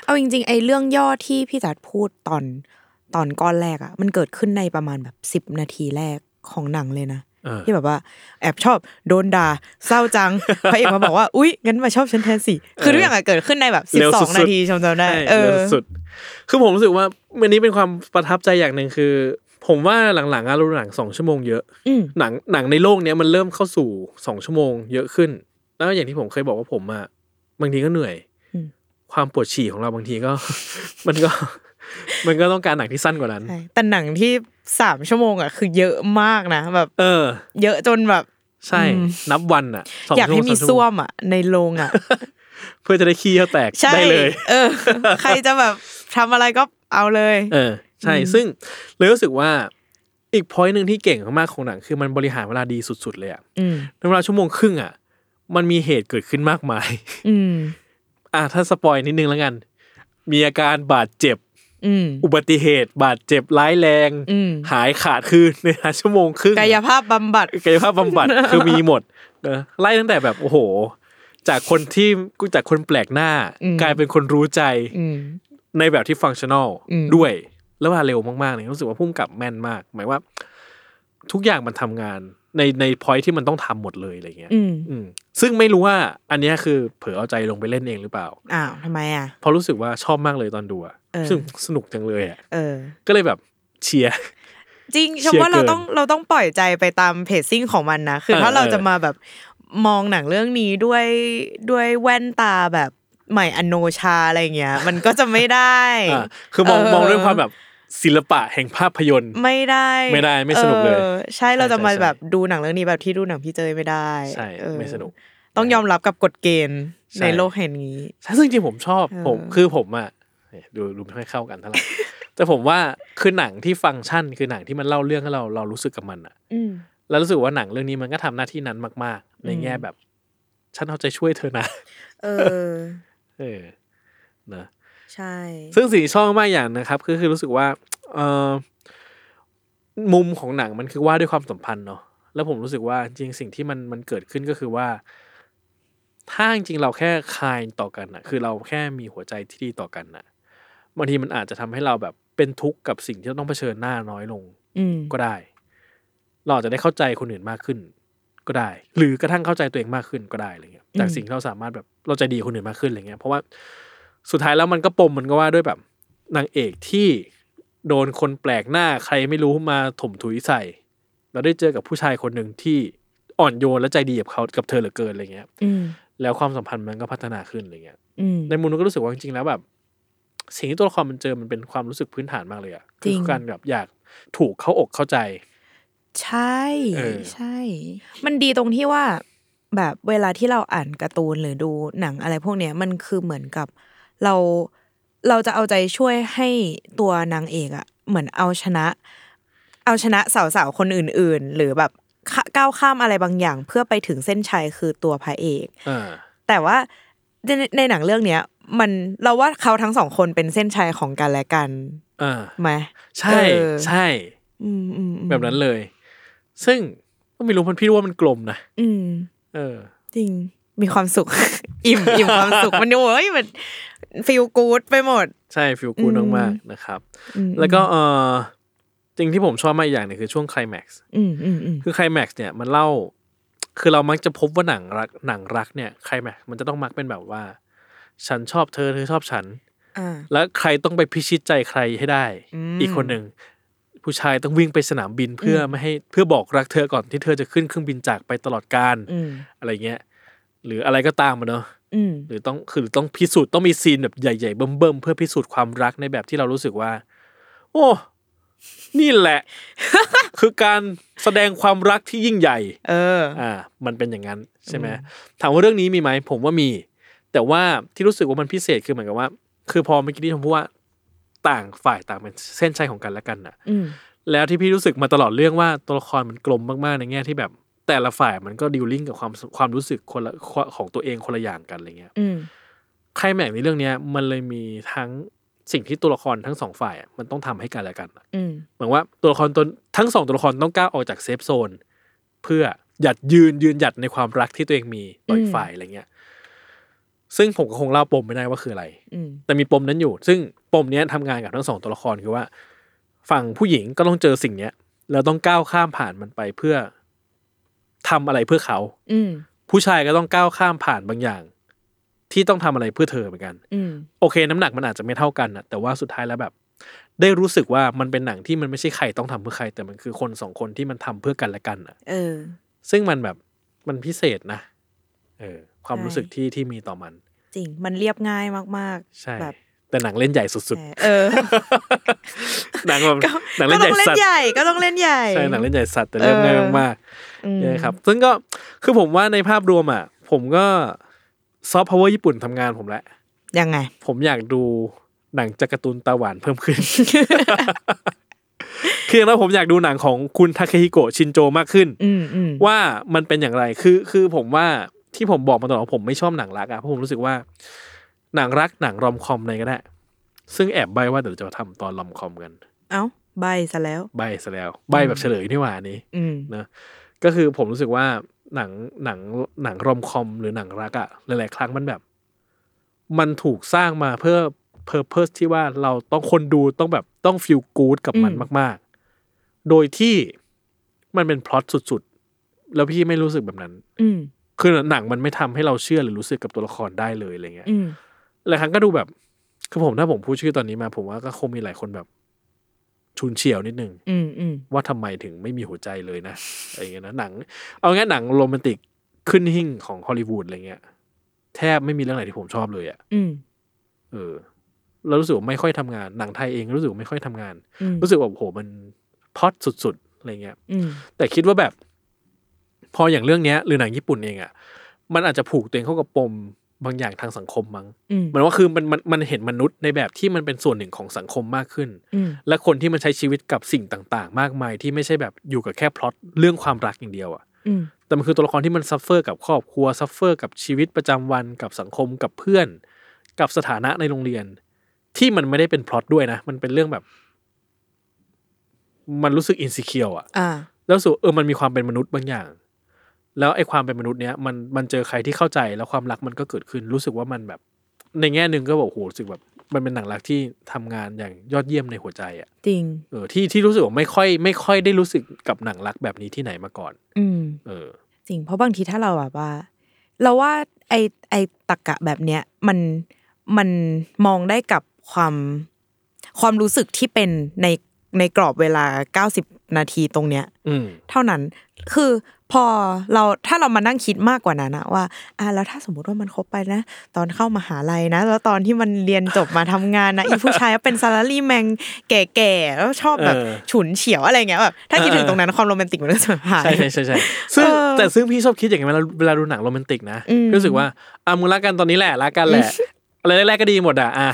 C: เอาจริงๆไอ้เรื่องย่อที่พี่จัดพูดตอนตอนก้อนแรกอะมันเกิดขึ้นในประมาณแบบสิบ10 นาทีแรกของหนังเลยนะ
B: เออ
C: ที่แบบว่าแอบชอบโดนด่าเศร้า จัง พระเอกมาบอกว่า อุ๊ย งั้นมาชอบฉันแทนสิ คือทุกอย่างอะเกิดขึ้นในแบบสิบ
B: เร็ว
C: สอ
B: สุ
C: ง
B: ดๆ
C: นาทีจำจำได้ เอ
B: เร็ว
C: อ
B: สุดๆคือผมรู้สึกว่าวันนี้เป็นความประทับใจอย่างหนึ่งคือ ผมว่าหลังๆอะเราดูหนังสองชั่วโมงเยอะ
C: อืม
B: หนังหนังในโลกเนี้ยมันเริ่มเข้าสู่สองชั่วโมงเยอะขึ้น แล้วอย่างที่ผมเคยบอกว่าผมอะบางทีก็เหนื่อย
C: อืม
B: ความปวดฉี่ของเราบางทีก็ มันก็ มันก็ต้องการหนังที่สั้นกว่านั้น
C: ใช่แต่หนังที่สามชั่วโมงอะคือเยอะมากนะ แบบ
B: เออ
C: เยอะจนแบบ
B: ใช่
C: อืม
B: นับวันอะสง
C: อยากให้มี
B: ชั่วโง
C: ซ่วมอะในโรงอะ
B: เพื่อจะได้ขี้เขาแตก
C: ใช่
B: ได้เลย
C: เออ ใครจะแบบทำอะไรก็เอาเลย
B: เออใช่
C: อืม
B: ซึ่งเลยรู้สึกว่าอีกพอยหนึ่งที่เก่งมากๆของหนังคือมันบริหารเวลาดีสุดๆเลยอะ
C: อืม
B: ในเวลาชั่วโมงครึ่งอ่ะ มันมีเหตุเกิดขึ้นมากมาย
C: อืม
B: อ่ะถ้าสปอยนิดนึงแล้วกัน มีอาการบาดเจ็บ
C: อืม
B: อุบัติเหตุ บาดเจ็บร้ายแรง
C: อืม
B: หายขาดคืน ในเวลาชั่วโมงครึ่ง
C: กายภาพบำบัด
B: กายภาพบำบัด คือมีหมดนะไล่ตั้งแต่แบบโอ้โห จากคนที่จากคนแปลกหน้า
C: อืม
B: กลายเป็นคนรู้ใจ
C: อืม
B: ในแบบที่ฟังชั่นอล
C: อืม
B: ด้วย แล้วว่าเร็วมากๆเลยรู้สึกว่าพุ่มกับแม่นมาก หมายว่า ทุกอย่างมันทำงานในในพอยที่มันต้องทำหมดเลยอะไรเงี้ย
C: อืม
B: อืมซึ่งไม่รู้ว่าอันเนี้ยคือเผลอเอาใจลงไปเล่นเองหรือเปล่า
C: อ้าวทำไมอ่ะ
B: เพราะรู้สึกว่าชอบมากเลยตอนดูอะ
C: เออ
B: ซึ่งสนุกจังเลยอะ
C: เออ
B: ก็เลยแบบเชียร์
C: จริงชมว่าเราต้องเราต้องปล่อยใจไปตามเพจซิ่งของมันนะ คือ
B: เออ
C: ถ้าเรา
B: เออ
C: จะมาแบบมองหนังเรื่องนี้ด้วยด้วยแว่นตาแบบใหม่อโนชาอะไรเงี้ย มันก็จะไม่ได้
B: อ่ะคือมอง
C: เออ
B: มองด้วยความแบบศิลปะแห่งภาพยนตร์
C: ไม่ได้
B: ไม่ได้ไม่สนุกเลย
C: ออใช่เราจะ
B: ใช่
C: มา
B: ใช่
C: แบบดูหนังเรื่องนี้แบบที่ดูหนังพี่เจยไม่ได้
B: ใช่
C: เออ
B: ไม่สนุก
C: ต้องยอมรับกับกฎเกณฑ์
B: ใช่
C: ในโลกแห่งนี้
B: ใช่ซึ่งจริงผมชอบ
C: เออ
B: ผมคือผมอะเนี่ยดูดูไม่ค่อยเข้ากันเท่า ไหร่ แต่ผมว่าคือหนังที่ฟังก์ชันคือหนังที่มันเล่าเรื่องให้เราเรารู้สึกกับมันอะ
C: อืม
B: แล้วรู้สึกว่าหนังเรื่องนี้มันก็ทำหน้าที่นั้นมาก ๆ ใน
C: อืม
B: แง่แบบ ฉันเอาใจช่วยเธอนะ
C: เออ
B: เออนะ
C: ใช่
B: ซึ่งสิ่งที่ชอบมากอย่างนะครับคือคือรู้สึกว่าเออมุมของหนังมันคือว่าด้วยความสัมพันธ์เนาะแล้วผมรู้สึกว่าจริงๆสิ่งที่มันมันเกิดขึ้นก็คือว่า ถ้าจริงๆเราแค่คายต่อกันนะคือเราแค่มีหัวใจที่ดีต่อกันนะบางทีมันอาจจะทำให้เราแบบเป็นทุกข์กับสิ่งที่เราต้องเผชิญหน้าน้อยลง
C: อืม
B: ก็ได้ เราอาจจะได้เข้าใจคนอื่นมากขึ้น ก็ได้ หรือกระทั่งเข้าใจตัวเองมากขึ้นก็ได้อะไรเงี้ยจากสิ่งที่เราสามารถแบบเราใจดีกับคนอื่นมากขึ้นอะไรเงี้ยเพราะว่า สุดท้ายแล้วมันก็ปมมันก็ว่าด้วยแบบนางเอกที่โดนคนแปลกหน้าใครไม่รู้มาถมถุยใส่ เราได้เจอกับผู้ชายคนหนึ่งที่อ่อนโยนและใจดีกับเขากับเธอเหลือเกินอะไรเงี้ย
C: อืม
B: แล้วความสัมพันธ์มันก็พัฒนาขึ้นอะไรเงี้ย
C: อืม
B: ในมุมนึงก็รู้สึกว่าจริงๆแล้วแบบ สิ่งที่ตัวละครมันเจอมันเป็นความรู้สึกพื้นฐานมากเลยอะ
C: จริง
B: คือการแบบอยากถูกเข้าอกเข้าใจ
C: ใช่
B: เออ
C: ใช่ มันดีตรงที่ว่าแบบเวลาที่เราอ่านการ์ตูนหรือดูหนังอะไรพวกเนี้ยมันคือเหมือนกับเราเราจะเอาใจช่วยให้ตัวนางเอกอะเหมือนเอาชนะ เอาชนะสาวๆคนอื่น ๆ หรือแบบข้าก้าวข้ามอะไรบางอย่าง เพื่อไปถึงเส้นชัยคือตัวพระเอก
B: อ่า
C: แต่ว่าในในหนังเรื่องเนี้ย มันเราว่าเขาทั้งสองคนเป็นเส้นชัยของกันและกัน
B: อ่า
C: ไหม
B: ใช่
C: เออ
B: ใช่
C: อืมอืมอืม
B: แบบนั้นเลย ซึ่งก็ไม่รู้มันพี่ว่ามันกลมนะ
C: อืม
B: เออ
C: จริง มีความสุข อิ่มอิ่มความสุขมันดูเอ้ยมันฟีลกู๊ดไปหมด
B: ใช่ฟิลกูด
C: อืม
B: มากๆนะครับ
C: อืม
B: แล้วก็เออจริงที่ผมชอบมากอีกอย่างหนึงคือช่วงไคลแม็กซ์
C: อืมอืมอืม
B: คือไคลแม็กซ์เนี่ยมันเล่า คือเรามักจะพบว่าหนังรักหนังรักเนี่ยไคลแม็กซ์มันจะต้องมักเป็นแบบว่า ฉันชอบเธอเธอชอบฉัน
C: อ่า
B: แล้วใครต้องไปพิชิตใจใครให้ได้
C: อืม
B: อีกคนหนึ่ง ผู้ชายต้องวิ่งไปสนามบินเพื่ออ
C: ม
B: ไม่ให้เพื่อบอกรักเธอก่อนที่เธอจะขึ้นเครื่องบินจากไปตลอดการ
C: อืม
B: อะไรเงี้ย หรืออะไรก็ตามอะเนาะ
C: อืม
B: หรือต้องคือต้องพิสูจน์ต้องมีซีนแบบใหญ่ๆเบิ่มๆเพื่อพิสูจน์ความรักในแบบที่เรารู้สึกว่า โอ้นี่แหละ คือการแสดงความรักที่ยิ่งใหญ่
C: เออ
B: อ่ามันเป็นอย่างนั้นใช่ไหมถามว่าเรื่องนี้มีไหมผมว่ามี แต่ว่าที่รู้สึกว่ามันพิเศษคือเหมือนกับว่า คือพอเมื่อกี้ที่ผมพูดว่าต่างฝ่ายต่างเป็นเส้นชัยของกันและกันน่ะ
C: อืม
B: แล้วที่พี่รู้สึกมาตลอดเรื่องว่าตัวละครมันกลมมากๆในแง่ที่แบบ แต่ละฝ่ายมันก็ดิวลิงกับความความรู้สึกคนละของตัวเองคนละอย่างกันอะไรเงี้ย
C: อืม
B: ใครแม็กซ์ในเรื่องเนี้ยมันเลยมีทั้งสิ่งที่ตัวละครทั้งสองฝ่ายอ่ะมันต้องทำให้กันและกัน
C: อืม
B: เหมือนว่าตัวละครตนทั้งสองตัวละครต้องก้าวออกจากเซฟโซน เพื่อหยัดยืนยืนหยัดในความรักที่ตัวเองมีต่ออีกฝ่ายอะไรเงี้ยซึ่งผมก็คงเล่าปมไม่ได้ว่าคืออะไร
C: อืม
B: แต่มีปมนั้นอยู่ ซึ่งปมเนี้ยทำงานกับทั้งสองตัวละครคือว่า ฝั่งผู้หญิงก็ต้องเจอสิ่งเนี้ยแล้วต้องก้าวข้ามผ่านมันไปเพื่อทำอะไรเพื่อเขา
C: อืม
B: ผู้ชายก็ต้องก้าวข้ามผ่านบางอย่าง ที่ต้องทำอะไรเพื่อเธอเหมือนกัน
C: อืม
B: โอเค น้ำหนักมันอาจจะไม่เท่ากันนะแต่ว่าสุดท้ายแล้วแบบ ได้รู้สึกว่ามันเป็นหนังที่มันไม่ใช่ใครต้องทำเพื่อใคร แต่มันคือคนสองคนที่มันทำเพื่อกันและกันอะ
C: เออ
B: ซึ่งมันแบบมันพิเศษนะเออ ความ
C: ใช่
B: รู้สึกที่ที่มีต่อมัน
C: จริงมันเรียบง่ายมาก
B: ใช่
C: แบบ
B: แต่หนังเล่นใหญ่
C: ๆ
B: สุด
C: แต่เอ อ
B: ๆ หนังแบบ
C: ก็
B: หนัง
C: ก็
B: เล่นใหญ่
C: ต้องเล่
B: สั
C: น
B: ตว์
C: ใหญ่ก็ต้องเล่นใหญ่
B: ใช่หนังเล่นใหญ่สัตว์แต่เล่น
C: เออ
B: ง่ายมาก
C: อืม
B: ๆนะครับ ซึ่งก็คือผมว่าในภาพรวมอ่ะ ผมก็ซอฟต์พาวเวอร์ญี่ปุ่นทำงานผมแล้ว
C: ยังไง
B: ผมอยากดูหนังจากการ์ตูนตาหวานเพิ่ม ขึ้น คือแล้วผมอยากดูหนังของคุณทาเคฮิโกะชินโจมากขึ้น
C: อืมอืม
B: ว่ามันเป็นอย่างไร คือ คือผมว่าที่ผมบอกมาตลอดว่าผมไม่ชอบหนังรักอะเพราะผมรู้สึกว่า หนังรักหนังรอมคอมอะไรก็ได้ ซึ่งแอบใบว่าเดี๋ยวจะมาทำตอนรอมคอมกัน
C: เอ้าใบซะแล้ว
B: ใบซะแล้ว ใบแบบเฉลยนี่หว่าอันนี้
C: อืม
B: ก็คือผมรู้สึกว่าหนังหนังหนังรอมคอมหรือหนังรักอะหลายๆครั้งมันแบบ มันถูกสร้างมาเพื่อเพอร์เพสที่ว่าเราต้องคนดูต้องแบบต้องฟีลกู๊ดกับมัน
C: อืม
B: มาก ๆ โดยที่มันเป็นพล็อตสุดๆ แล้วพี่ไม่รู้สึกแบบนั้น
C: อืม
B: คือหนังมันไม่ทำให้เราเชื่อหรือรู้สึกกับตัวละครได้เลยอะไรเงี้ย
C: อืม
B: หลายครั้งก็ดูแบบ คือผมถ้าผมพูดชื่อตอนนี้มา ผมว่าก็คงมีหลายคนแบบชุนเฉียวนิดนึง
C: อืมอืม
B: ว่าทำไมถึงไม่มีหัวใจเลยนะ อะไรเงี้ยนะหนัง เอางั้นหนังโรแมนติกขึ้นหิ่งของฮอลลีวูดอะไรเงี้ยแทบไม่มีเรื่องไหนที่ผมชอบเลยอะ่ะ
C: อืม
B: เออเรารู้สึกว่าไม่ค่อยทำงานหนังไทยเองรู้สึกว่าไม่ค่อยทำงาน
C: อืม
B: รู้สึกว่าโอ้โหมันพล็อตสุดๆอะไรเงี้ย
C: อืม
B: แต่คิดว่าแบบ พออย่างเรื่องเนี้ย หรือหนังญี่ปุ่นเองอะ่ะมันอาจจะผูกตัวเองเข้ากับปมบางอย่างทางสังคมมั้ง
C: อืม
B: เหมือนว่าคือมันมันมันเห็นมนุษย์ในแบบที่มันเป็นส่วนหนึ่งของสังคมมากขึ้น
C: อืม
B: และคนที่มันใช้ชีวิตกับสิ่งต่างๆ มากมายที่ไม่ใช่แบบอยู่กับแค่พล็อตเรื่องความรักอย่างเดียวอะ
C: อืม
B: แต่มันคือตัวละครที่มันซัฟเฟอร์กับครอบครัวซัฟเฟอร์กับชีวิตประจำวันกับสังคมกับเพื่อน กับสถานะในโรงเรียน ที่มันไม่ได้เป็นพล็อตด้วยนะ มันเป็นเรื่องแบบ มันรู้สึกอินสิเคียวอะ
C: อ่า
B: แล้วรู้สูเออมันมีความเป็นมนุษย์บางอย่าง แล้วไอ้ความเป็นมนุษย์เนี้ยมันมันเจอใครที่เข้าใจแล้วความรักมันก็เกิดขึ้น รู้สึกว่ามันแบบ ในแง่หนึ่งก็บอกโหรู้สึกแบบ มันเป็นหนังรักที่ทำงานอย่างยอดเยี่ยมในหัวใจอะ
C: จริง
B: เออที่ที่รู้สึกว่าไม่ค่อยไม่ค่อยได้รู้สึกกับหนังรักแบบนี้ที่ไหนมาก่อน
C: อืม
B: เออ
C: จริงเพราะบางทีถ้าเราแบบว่า เราว่าไอไอตะกะแบบเนี้ยมันมันมองได้กับความความรู้สึกที่เป็นในในกรอบเวลา 90 นาทีตรงเนี้ย
B: อืม
C: เท่านั้นคือพอเราถ้าเรามานั่งคิดมากกว่านั้นอะว่าอ่ะแล้วถ้าสมมติว่ามันคบไปนะ ตอนเข้ามหาลัยนะ แล้วตอนที่มันเรียนจบมาทำงานนะอีผู้ชายก็เป็นซาลารีแมงแก่ๆแล้วชอบแบบ
B: เออ
C: ฉุนเฉียวอะไรเงี้ยแบบถ้าคิดถึง
B: เออ
C: ตรงนั้นความโรแมนติกมันก็จะหาย
B: ใช่ใช่ใช่ ใช่ซึ่ง
C: เออ
B: แต่ซึ่งพี่ชอบคิดอย่างนี้นเวลาเวลาดูหนังโรแมนติกนะ
C: อืม
B: พี่รู้สึกว่าอ่ะมึงรักกันตอนนี้แหละรักกัน แหละอะไรแรกๆก็ดีหมดอ่ะอ่ะ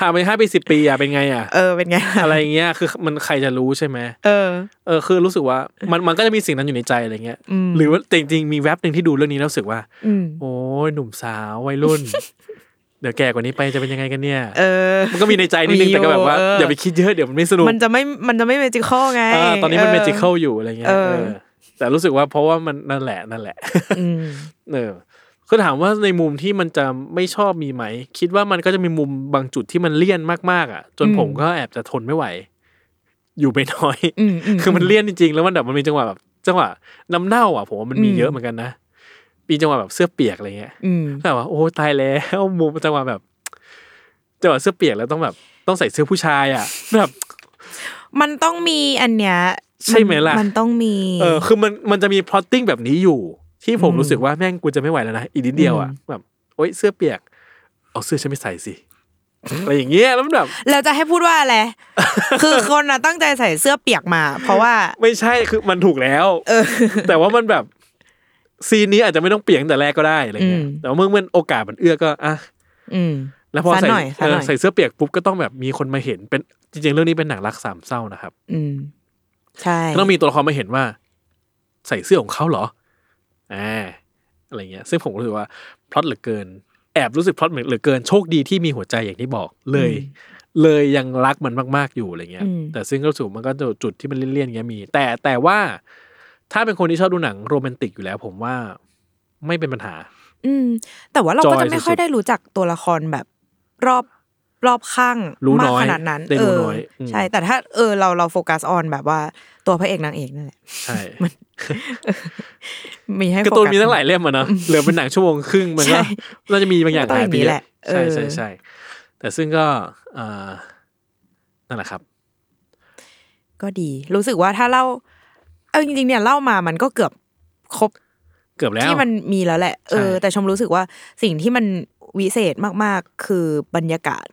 B: ผ่านไปห้าปีสิบปีอ่ะเป็นไง อ่ะ
C: เออเป็นไงล่ะ
B: อะไรเงี้ยคือมันใครจะรู้ใช่ไหม
C: เออ
B: เออคือรู้สึกว่ามันมันก็จะมีสิ่งนั้นอยู่ในใจอะไรเงี้ย
C: อืม
B: หรือว่าแต่จริงๆมีแว็บหนึ่งที่ดูเรื่องนี้แล้วรู้สึกว่า
C: อืม
B: โอ้ยหนุ่มสาววัยรุ่น เดี๋ยวแก่กว่านี้ไปจะเป็นยังไงกันเนี่ย
C: เออ
B: มันก็มีในใจนิดนึง
C: มีอยู่
B: แต่ก็แบบว่า
C: เออ
B: อ
C: อ
B: ย่าไปคิดเยอะเดี๋ยวมันไม่สนุก
C: มันจะไม่มันจะไม่เมจิคอลไง
B: อ่าตอนนี้มัน
C: อ
B: เม
C: อ
B: จิค a ลอยู่อะไรเงี้ย
C: เออ
B: เออแต่รู้สึกว่าเพราะว่ามันนั่นแหละนั่นแหละ
C: อืม
B: เออ คือถามว่าในมุมที่มันจะไม่ชอบมีไหม คิดว่ามันก็จะมีมุมบางจุดที่มันเลี่ยนมากๆอ่ะ จน
C: อืม
B: ผมก็แอบจะทนไม่ไหว อยู่ไม่น้อย
C: อืมม
B: คือมันเลี่ยนจริงๆ แล้วมันแบบมันมีจังหวะแบบจังหวะน้ำเน่าอ่ะผมว่ามันมี
C: อืม
B: เยอะเหมือนกันนะมีจังหวะแบบเสื้อเปียกอะไรเงี้ย
C: อืม
B: แบบว่าโอ้ตายแล้วมุมจังหวะแบบจังหวะเสื้อเปียกแล้วต้องแบบต้องใส่เสื้อผู้ชายอ่ะแบบ
C: มันต้องมีอันเนี้ย
B: ใช่ไหมล่ะ
C: มันต้องมี
B: เออคือมันมันจะมี plotting แบบนี้อยู่ ที่ผมรู้สึกว่าแม่งกูจะไม่ไหวแล้วนะอีกนิดเดียวอ่ะแบบโอ๊ยเสื้อเปียก เอาเสื้อฉันไม่ใส่สิอะไรอย่างเงี้ยแล้วมันแบบ
C: เราจะให้พูดว่า อะไร คือคนน่ะตั้งใจใส่เสื้อเปียกมา เพราะว่า
B: ไม่ใช่คือมันถูกแล้วแต่ว่ามันแบบซีนนี้อาจจะไม่ต้องเปียกตั้งแต่แรกก็ได้อะไรเงี้ย
C: อืม
B: แต่ว่าเมื่อมันโอกาสมันเอื้อก็อ่ะ
C: อืม
B: แล้วพอ
C: ซะ
B: ใส่
C: หน่อยซะ
B: เอ
C: หน่
B: อ
C: อย
B: ใส่เสื้อเปียกปุ๊บก็ต้องแบบมีคนมาเห็นเป็นจริงๆเรื่องนี้เป็นหนังรักสามเศร้านะครับ
C: อืม ใช่
B: ก็ต้องมีตัวละครมาเห็นว่า ใส่เสื้อของเขาเหรออ่าอะไรเงี้ย ซึ่งผมก็รู้สึกว่าพล็อตเหลือเกิน แอบรู้สึกพล็อตเหลือเกินโชคดีที่มีหัวใจอย่างที่บอกเลย เลยยังรักมันมาก ๆ อยู่อะไรเงี้ย แต่ซึ่งก็รู้สึกมันก็จะจุดที่มันเลี่ยนๆเงี้ยมี แต่แต่ว่าถ้าเป็นคนที่ชอบดูหนังโรแมนติกอยู่แล้ว ผมว่าไม่เป็นปัญหา
C: อืม แต่ว่าเราก็
B: จ
C: จะ
B: อย
C: ไม่ค่อ
B: สุ
C: ย
B: ดๆ
C: ได้รู้จักตัวละครแบบรอบรอบข้าง
B: รู้
C: มาก
B: น้อย
C: ขนาดนั้น
B: ได้
C: เอ
B: รู้
C: อ
B: น้อยอืม
C: ใช่ แต่ถ้าเออเราเราโฟกัสออนแบบว่าตัวพระเอกนางเอกนั่นแหละ
B: ใช่
C: มีให้
B: การ์ตูน
C: โฟกัส
B: มีตั้งหลายเล่มอะเนาะเหลือเป็นหนังชั่วโมงครึ่งมัน
C: ใช่
B: ก็น่าจะมีบางอย่าง
C: มันก็ต้องอย่างนี้
B: เย
C: แหละ
B: ใช่ใช่
C: เออ
B: ใช่แต่ซึ่งก็เอ่อนั่นแหละครับ
C: ก็ดี รู้สึกว่าถ้าเล่าเอาจริงๆเนี่ยเล่ามามันก็เกือบครบ
B: เกือบแล้ว
C: ที่มันมีแล้วแหละ เออ
B: ใช่
C: แต่ชมรู้สึกว่าสิ่งที่มันวิเศษมากๆ คือบรรยากาศ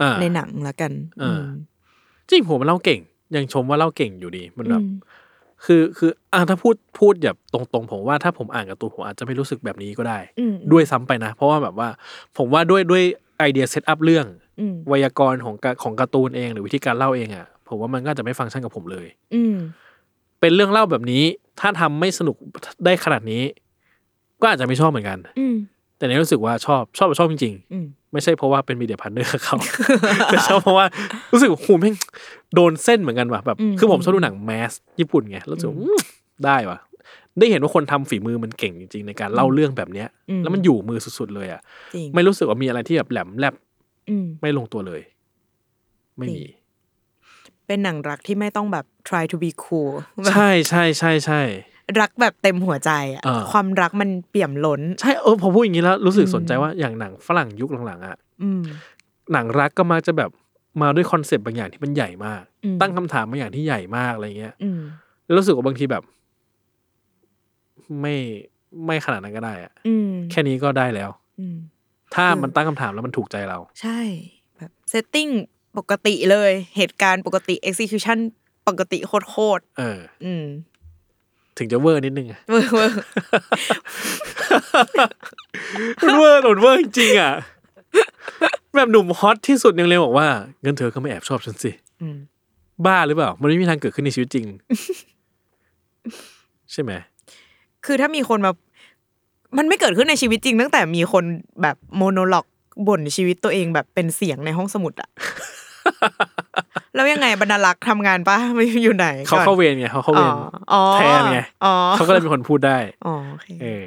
B: อ่า
C: ในหนังละกัน
B: เอออื จริงผมมันเล่าเก่ง ยังชมว่าเล่าเก่งอยู่ดีมันแบบ
C: ม
B: คือคืออ่ะถ้าพูดพูดแบบตรงๆ ผมว่าถ้าผมอ่านการ์ตูนผมอาจจะไม่รู้สึกแบบนี้ก็ได้
C: อืม
B: ด้วยซ้ำไปนะ เพราะว่าแบบว่า ผมว่าด้วยด้วยไอเดียเซตอัพเรื่อง
C: อืม
B: ไวยากรณ์ของกะของการ์ตูนเองหรือวิธีการเล่าเองอ่ะผมว่ามันก็อาจจะไม่ฟังก์ชันกับผมเลย
C: อืม
B: เป็นเรื่องเล่าแบบนี้ ถ้าทำไม่สนุกได้ขนาดนี้ ก็อาจจะไม่ชอบเหมือนกัน
C: อืม
B: แต่ในรู้สึกว่าชอบชอบแบบชอบจริง
C: อืม
B: ๆ ไม่ใช่เพราะว่าเป็นมีเดียพันเนอร์เขา แต่ชอบเพราะว่ารู้สึกหูแม่งโดนเส้นเหมือนกันว่ะแบบ คือผมชอบดูหนังแมสญี่ปุ่นไงแล้วรู้สึกว่าอืมได้ว่ะ ได้เห็นว่าคนทำฝีมือมันเก่งจริง ๆ ในการเล่าเรื่องแบบเนี้ย แล้วมันอยู่มือสุดๆเลยอ่ะ
C: จริง
B: ไม่รู้สึกว่ามีอะไรที่แบบแหลมแหลบ
C: อืม
B: ไม่ลงตัวเลย ไม่
C: จ
B: มี
C: ริง เป็นหนังรักที่ไม่ต้องแบบ try to be cool แบบ
B: ใช่ใช่ใช่ใช่
C: รักแบบเต็มหัวใจอ่ะ
B: เออ
C: ความรักมันเปี่ยมล้น
B: ใช่เออพอพูดอย่างนี้แล้วรู้สึก
C: อืม
B: สนใจว่าอย่างหนังฝรั่งยุคหลังๆอ่ะ
C: อืม
B: หนังรักก็มักจะแบบมาด้วยคอนเซปต์บางอย่างที่มันใหญ่มาก
C: อืม
B: ตั้งคำถามบางอย่างที่ใหญ่มากอะไรเงี้ย
C: อืม
B: แล้วรู้สึกว่าบางทีแบบ ไม่ไม่ขนาดนั้นก็ได้อะ
C: อืม
B: แค่นี้ก็ได้แล้ว
C: อืม
B: ถ้า
C: เออ
B: มันตั้งคำถามแล้วมันถูกใจเรา
C: ใช่แบบเซตติ้งปกติเลย เหตุการณ์ปกติ execution ปกติโคตร
B: เออ
C: ๆอืม
B: ถึงจะเวอร์นิดนึงอะ
C: เวอร์เวอร์
B: มันเวอร์หล่นเวอร์จริงๆอ่ะ แบบหนุ่มฮอตที่สุดยังเลยบอกว่าเงินเธอก็ไม่แอบชอบฉันสิ
C: อืม
B: บ้าหรือเปล่า มันไม่มีทางเกิดขึ้นในชีวิตจริง ใช่ไหม
C: คือถ้ามีคนมา มันไม่เกิดขึ้นในชีวิตจริง ตั้งแต่มีคนแบบโมโนล็อกบ่นชีวิตตัวเองแบบเป็นเสียงในห้องสมุดอะ แล้วยังไงบรรลักษ์ทำงานปะไม่อยู่ไหน
B: เขาเข้าเวรไงเขาเข้าเวร
C: อ๋อ
B: แทนไง
C: อ๋อ
B: เขาก็เลยเป็นคนพูดได้
C: อ๋อโอเค
B: เออ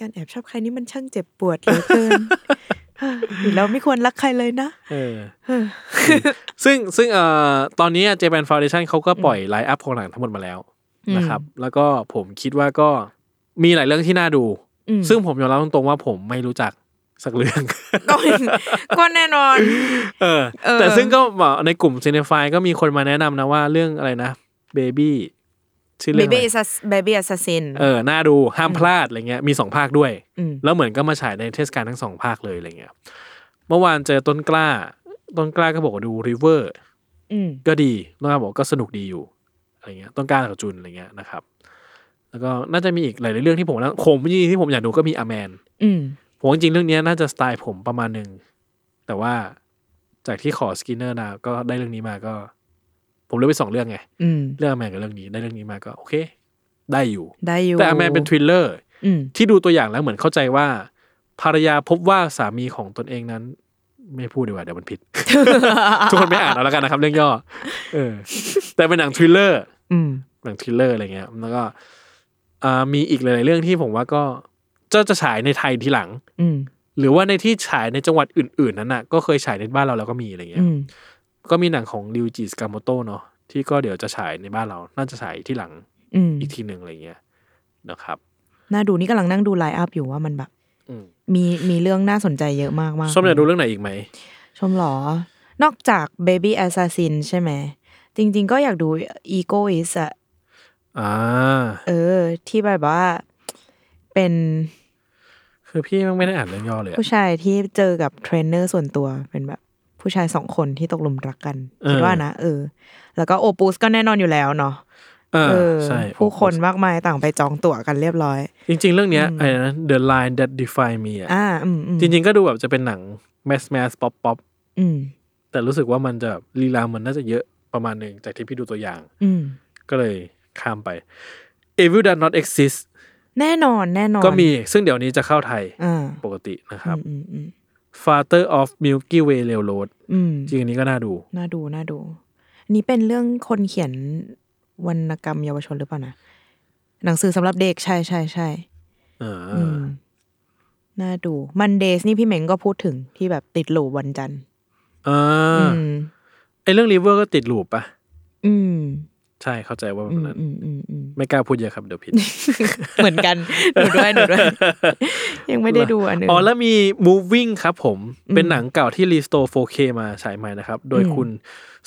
C: การแอบชอบใครนี่มันช่างเจ็บปวดเหลือเกิน หรือเราไม่ควรรักใครเลยนะ
B: เออ ซึ่งซึ่งเอ่อตอนนี้ Japan Foundation เขาก็ปล่อยไลฟ์อัพของหนังทั้งหมดมาแล้ว
C: อืม
B: นะครับ แล้วก็ผมคิดว่าก็มีหลายเรื่องที่น่าดู
C: อืม
B: ซึ่งผมยอมรับตรงๆว่าผมไม่รู้จักสักเรื่อง
C: ก็ก็แน่ นอน
B: เออ
C: เออ
B: แต่ซึ่งก็บอกในกลุ่ม c i n e f y ก็มีคนมาแนะนำนะว่าเรื่องอะไรนะ Baby ชื่อเรื่องอะ
C: baby
B: ไร
C: assassin baby assassin
B: เออ น่าดูห้ามพลาดอะไรเงี้ยมีสองภาคด้วย
C: ม
B: แล้วเหมือนก็มาฉายในเทศกาลทั้งสองภาคเลยอะไรเงี้ยเมื่อวานเจอต้นกล้า ต้นกล้าก็บอกว่าดู River
C: อืม
B: ก็ดีต้นกล้าบอกก็สนุกดีอยู่อะไรเงี้ยต้นกล้ากับจุนอะไรเงี้ยนะครับ แล้วก็น่าจะมีอีกหลายๆเรื่องที่ผมแล้วผมจริงๆที่ผมอยากดูก็มีอแมน
C: อืม
B: ผมว่าจริงๆเรื่องเนี้ยน่าจะสไตล์ผมประมาณหนึ่ง แต่ว่าจากที่ขอสกินเนอร์นะก็ได้เรื่องนี้มาก็ ผมเลือกไปสองเรื่องไง
C: อืม
B: เรื่องแมนกับเรื่องนี้ได้เรื่องนี้มาก็โอเค ได้อยู่
C: ได้อยู่
B: แต่แมนเป็นทริลเลอร์
C: อืม
B: ที่ดูตัวอย่างแล้วเหมือนเข้าใจว่า ภรรยาพบว่าสามีของตนเองนั้น ไม่พูดดีกว่าเดี๋ยวมันผิด ทุกคนไม่อ่านเอาแล้วกันนะครับเรื่องย่อ เออ แต่เป็นหนังทริลเลอร์
C: อืม
B: หนังทริลเลอร์อะไรเงี้ย แล้วก็อ่ามีอีกหลาย ๆ เรื่องที่ผมว่าก็ จะจะฉายในไทยทีหลัง
C: อืม
B: หรือว่าในที่ฉายในจังหวัดอื่น ๆ นั้นน่ะ ก็เคยฉายในบ้านเราแล้วก็มีอะไรเงี้ย
C: อืม
B: ก็มีหนังของริวจิสกามโตเนาะที่ก็เดี๋ยวจะฉายในบ้านเรา น่าจะฉายที่หลัง
C: อืม
B: อีกทีหนึ่งอะไรเงี้ยนะครับ
C: น่าดูนี่กำลังนั่งดูไลน์อัพอยู่ว่ามันแบบ
B: อืม
C: มีมีเรื่องน่าสนใจเยอะมากมากๆ
B: ส้มอยากดูเรื่องไหนอีกไหม
C: ชมเหรอ นอกจาก Baby Assassin ใช่ไหม จริง ๆ ก็อยากดู Egoist อะ
B: อ่า
C: เออ ที่แบบว่า เป็น
B: คือพี่แม่งไม่ได้อ่านเรื่องย่อเลยอะ
C: ผู้ชายที่เจอกับเทรนเนอร์ส่วนตัวเป็นแบบผู้ชายสองคนที่ตกหลุมรักกัน
B: เออ
C: คิดว่านะเออ แล้วก็โอปูสก็แน่นอนอยู่แล้วเนาะ
B: เอ
C: เอ
B: อ
C: อ
B: ใช่
C: ผู้คนมากมายต่างไปจองตั๋วกันเรียบร้อย
B: จริง ๆ เรื่องเนี้ยไอ้นะ The Line That Define Me อะ
C: อ่า อืมอืม
B: จริง ๆ ก็ดูแบบจะเป็นหนัง mass mass pop pop
C: อืม
B: แต่รู้สึกว่ามันจะลีลามันน่าจะเยอะประมาณหนึ่งจากที่พี่ดูตัวอย่าง
C: อืม
B: ก็เลยข้ามไป Evil Does Not Exist
C: แน่นอนแน่นอน
B: ก็มีซึ่งเดี๋ยวนี้จะเข้าไทย
C: อ่า
B: ปกตินะครับ
C: อืมอืม
B: Father of Milky Way Railroad
C: อืม
B: จริงอันนี้ก็น่าดู
C: น่าดูน่าดู นี่เป็นเรื่องคนเขียนวรรณกรรมเยาวชนหรือเปล่านะ หนังสือสำหรับเด็กใช่ใช่ใช่
B: เอออ
C: อืมน่าดูมันเดสนี่พี่เหม่งก็พูดถึงที่แบบติดหลูปวันจันทร์
B: อ่
C: อื
B: าม ไอเรื่อง River ก็ติดลูปปะ
C: อืม
B: ใช่เข้าใจว่าแบ
C: อื
B: บ
C: ม
B: นั้น
C: อืมอืมอืม
B: ไม่กล้าพูดเยอะครับเดี๋ยว ผิด
C: เหมือน กันหนูด้วยหนูด้วย ยังไม่ได้ดูอันนึง
B: อ๋อแล้วมี moving ครับผม
C: อืม
B: เป็นหนังเก่าที่รีสโต 4K มาฉายใหม่นะครับ โดย
C: อืม
B: คุณ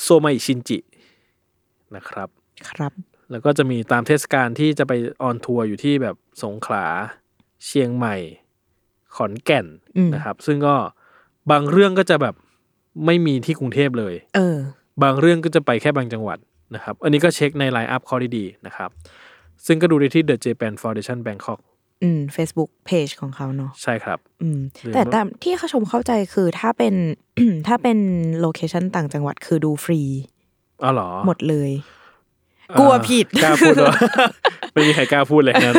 B: โซมาอิชินจินะครับ
C: ครับ
B: แล้วก็จะมีตามเทศกาลที่จะไปออนทัวร์อยู่ที่แบบสงขลา เชียงใหม่ ขอนแก่น
C: อืม
B: นะครับ ซึ่งก็บางเรื่องก็จะแบบไม่มีที่กรุงเทพเลย
C: เออ
B: บางเรื่องก็จะไปแค่บางจังหวัดนะครับ อันนี้ก็เช็คในไลน์อัพข้อดีๆนะครับ ซึ่งก็ดูได้ที่ The Japan Foundation Bangkok
C: อืม Facebook Page ของเขาเนาะ
B: ใช่ครับ
C: อืม
B: หรือ
C: แต่
B: ว่า
C: ตามที่เขาชมเข้าใจคือถ้าเป็น ถ้าเป็นโลเคชันต่างจังหวัดคือดูฟรี
B: อ๋อเหรอ
C: หมดเลย กลัวผิด
B: กล้าพูด ว่า ไม่มีใครกล้าพูดเลยนั้น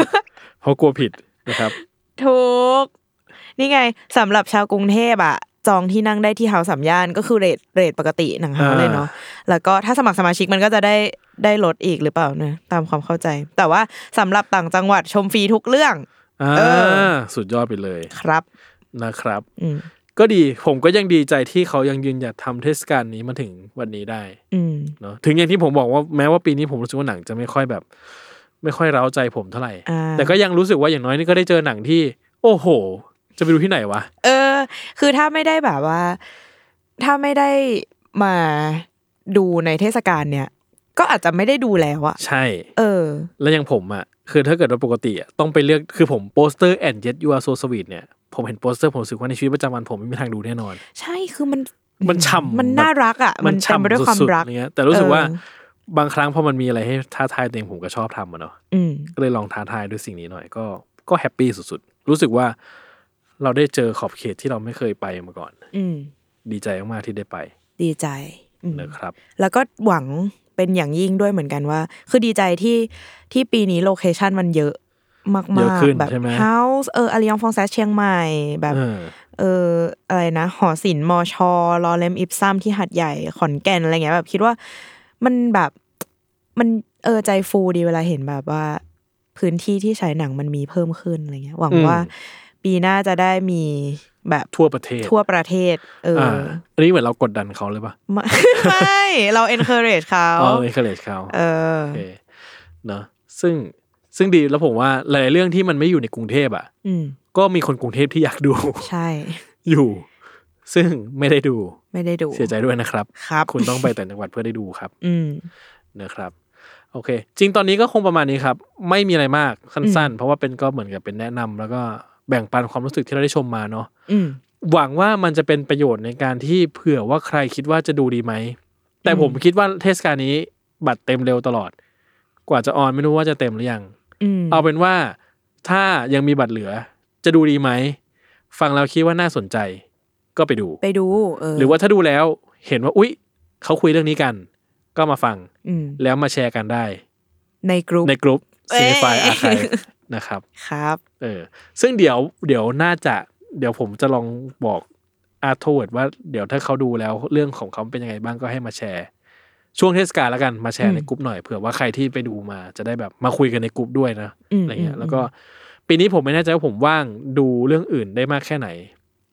B: เพราะกลัวผิดนะครับ
C: ถูก นี่ไงสำหรับชาวกรุงเทพอะจองที่นั่งได้ที่เฮาสามย่านก็คือเรทเรทปกติหนังเฮา
B: อ่า
C: เลยเนาะแล้วก็ถ้าสมัครสมาชิกมันก็จะได้ได้ลดอีกหรือเปล่าเนี่ยตามความเข้าใจ แต่ว่าสำหรับต่างจังหวัดชมฟรีทุกเรื่อง
B: อ่า
C: เอ
B: สุดยอดไปเลย
C: ครับ
B: นะครับ
C: อืม
B: ก็ดีผมก็ยังดีใจที่เขายังยืนหยัดทำเทศกาลนี้มาถึงวันนี้ได้
C: อืม
B: เนาะถึงอย่างที่ผมบอกว่าแม้ว่าปีนี้ผมรู้สึกว่าหนังจะไม่ค่อยแบบ ไม่ค่อยเร้าใจผมเท่าไหร่
C: อ่า
B: แต่ก็ยังรู้สึกว่าอย่างน้อยนี่ก็ได้เจอหนังที่ โอ้โห จะไปดูที่ไหนวะ
C: เออ คือถ้าไม่ได้แบบว่า ถ้าไม่ได้มาดูในเทศกาลเนี่ย ก็อาจจะไม่ได้ดูแล้วอะ
B: ใช่
C: เออ
B: แล้วอย่างผมอะ่ะคือถ้าเกิดว่าปกติอะต้องไปเลือกคือผมโปสเตอร์แอนด์เย็ดยูอาร์โซสวีทเนี่ยผมเห็นโปสเตอร์ผมรู้สึกว่าในชีวิตประจำวันผมไม่มีทางดูแน่นอน
C: ใช่คือมัน
B: มันฉ่ำ
C: มัน
B: แบบ
C: น่ารักอะมันเต็มไปด้วยความ
B: สุดๆ
C: รัก
B: เงี้ยแต่รู้สึกว่า
C: เออ
B: บางครั้งพอมันมีอะไรให้ท้าทายตัวเองผมก็ชอบทำอะเนาะ
C: อืม
B: ก็เลยลองท้าทายด้วยสิ่งนี้หน่อยก็ก็แฮปปี้สุดๆ รู้สึกว่าเราได้เจอขอบเขตที่เราไม่เคยไปมาก่อน
C: อืม
B: ดีใจมากๆที่ได้ไป
C: ดีใจอืม
B: นะครับ
C: แล้วก็หวังเป็นอย่างยิ่งด้วยเหมือนกันว่า คือดีใจที่ที่ปีนี้โลเคชันมันเยอะมาก
B: เยอะ
C: ๆ
B: ขึ้น
C: แบบ
B: ใช่ไหม
C: เฮาส์เอออาริยองฟองแซสเชียงใหม่แบบ
B: เออ
C: เอออะไรนะ หอศิลป์มอชอรอเลมอิปซัมที่หัดใหญ่ขอนแก่นอะไรเงี้ยแบบคิดว่ามันแบบมันเออใจฟูดีเวลาเห็นแบบว่า พื้นที่ที่ฉายหนังมันมีเพิ่มขึ้นอะไรเงี้ย หวังว่า ปีหน้าจะได้มีแบบ
B: ทั่วประเทศ
C: ทั่วประเทศ เออ
B: อ่า
C: อ
B: อันนี้เหมือนเรากดดันเขาเลยปะ
C: ไม่ ไม่เรา encourage เขา
B: อ๋อเอ็นเคอร์เรจเขา
C: เออ
B: โอเคเนาะซึ่งซึ่งดีแล้วผมว่าหลายๆเรื่องที่มันไม่อยู่ในกรุงเทพอ่ะ
C: อืม
B: ก็มีคนกรุงเทพที่อยากดู
C: ใช่
B: อยู่ ซึ่งไม่ได้ดู
C: ไม่ได้ดู
B: เสียใจด้วยนะครับ
C: ครับ
B: คุณต้องไปแต่างจังหวัดเพื่อได้ดูครับ
C: อืม
B: นะครับ โอเค จริงตอนนี้ก็คงประมาณนี้ครับ ไม่มีอะไรมากสั้นๆ เพราะว่าเป็นก็เหมือนกับเป็นแนะนำแล้วก็แบ่งปันความรู้สึกที่เราได้ชมมาเนาะ
C: อืม
B: หวังว่ามันจะเป็นประโยชน์ในการที่เผื่อว่าใครคิดว่าจะดูดีไหม แต่ผมคิดว่าเทศกาลนี้บัตรเต็มเร็วตลอด กว่าจะออนไม่รู้ว่าจะเต็มหรือยัง
C: อืม
B: เอาเป็นว่าถ้ายังมีบัตรเหลือจะดูดีไหม ฟังแล้วคิดว่าน่าสนใจ ก็ไปดู
C: ไปดู เออ
B: หรือว่าถ้าดูแล้วเห็นว่าอุ๊ยเขาคุยเรื่องนี้กัน ก็มาฟัง
C: อืม
B: แล้วมาแชร์กันได้
C: ในกลุ่ม
B: ในกลุ่ม
C: เอ้ย
B: ซี ไฟอาคายนะครับ
C: ครับ
B: เออซึ่งเดี๋ยวเดี๋ยวน่าจะเดี๋ยวผมจะลองบอกอาร์ทเวิร์ดว่าเดี๋ยวถ้าเขาดูแล้วเรื่องของเขาเป็นยังไงบ้างก็ให้มาแชร์ ช่วงเทศกาลแล้วกันมาแช
C: อื
B: ร์
C: ม
B: ในกลุ่มหน่อยเผื่อว่าใครที่ไปดูมาจะได้แบบมาคุยกันในกลุ่มด้วยนะ
C: อืม
B: อะไรเงี้
C: อื
B: ย
C: ม
B: แล้วก็ ปีนี้ผมไม่แน่ใจว่าผมว่างดูเรื่องอื่นได้มากแค่ไหน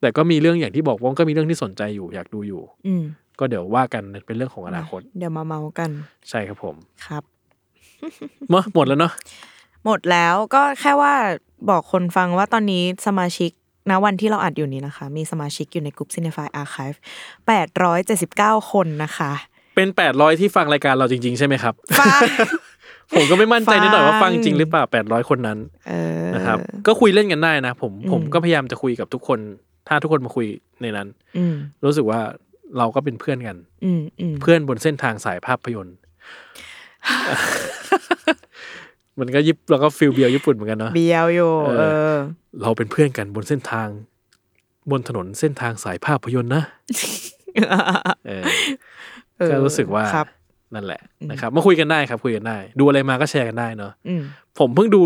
B: แต่ก็มีเรื่องอย่างที่บอกว่าก็มีเรื่องที่สนใจอยู่อยากดูอยู่
C: อืม
B: ก็เดี๋ยวว่ากันเป็นเรื่องของอนาคต
C: เดี๋ยวมาเมากัน
B: ใช่ครับผม
C: ครับ
B: เมื่อหมดแล้วเนาะ
C: หมดแล้วก็แค่ว่าบอกคนฟังว่าตอนนี้สมาชิกนะวันที่เราอัดอยู่นี้นะคะ มีสมาชิกอยู่ในกลุ่ม Cinefy Archive 879 คน นะคะ
B: เป็นแปดร้อยที่ฟังรายการเราจริง ๆ ใช่ไหมครับ
C: ฟ้า
B: ผมก็ไม่มั่นใจนิดหน่อยว่า
C: ฟั
B: ฟัง
C: ง
B: จริงหรือเปล่าแปดร้อยคนนั้น
C: เออ
B: นะครับ ก็คุยเล่นกันได้นะ ผม
C: อืม
B: ผมก็พยายามจะคุยกับทุกคน ถ้าทุกคนมาคุยในนั้น
C: อืม
B: รู้สึกว่าเราก็เป็นเพื่อนกัน
C: อืมอืม
B: เพื่อนบนเส้นทางสายภาพยนตร์ มันก็ยิบเราก็ฟิลเบียวญี่ปุ่นเหมือนกันเนาะ
C: เบียวอยู่
B: เอ
C: เออ
B: เราเป็นเพื่อนกันบนเส้นทาง บนถนนเส้นทางสายภาพยนตร์นะเออ
C: เออ
B: ก็รู้สึกว่า
C: ครับ
B: นั่นแหละนะครับมาคุยกันได้ครับคุยกันได้ ดูอะไรมาก็แชร์กันได้เนาะ
C: อืม
B: ผมเพิ่งดู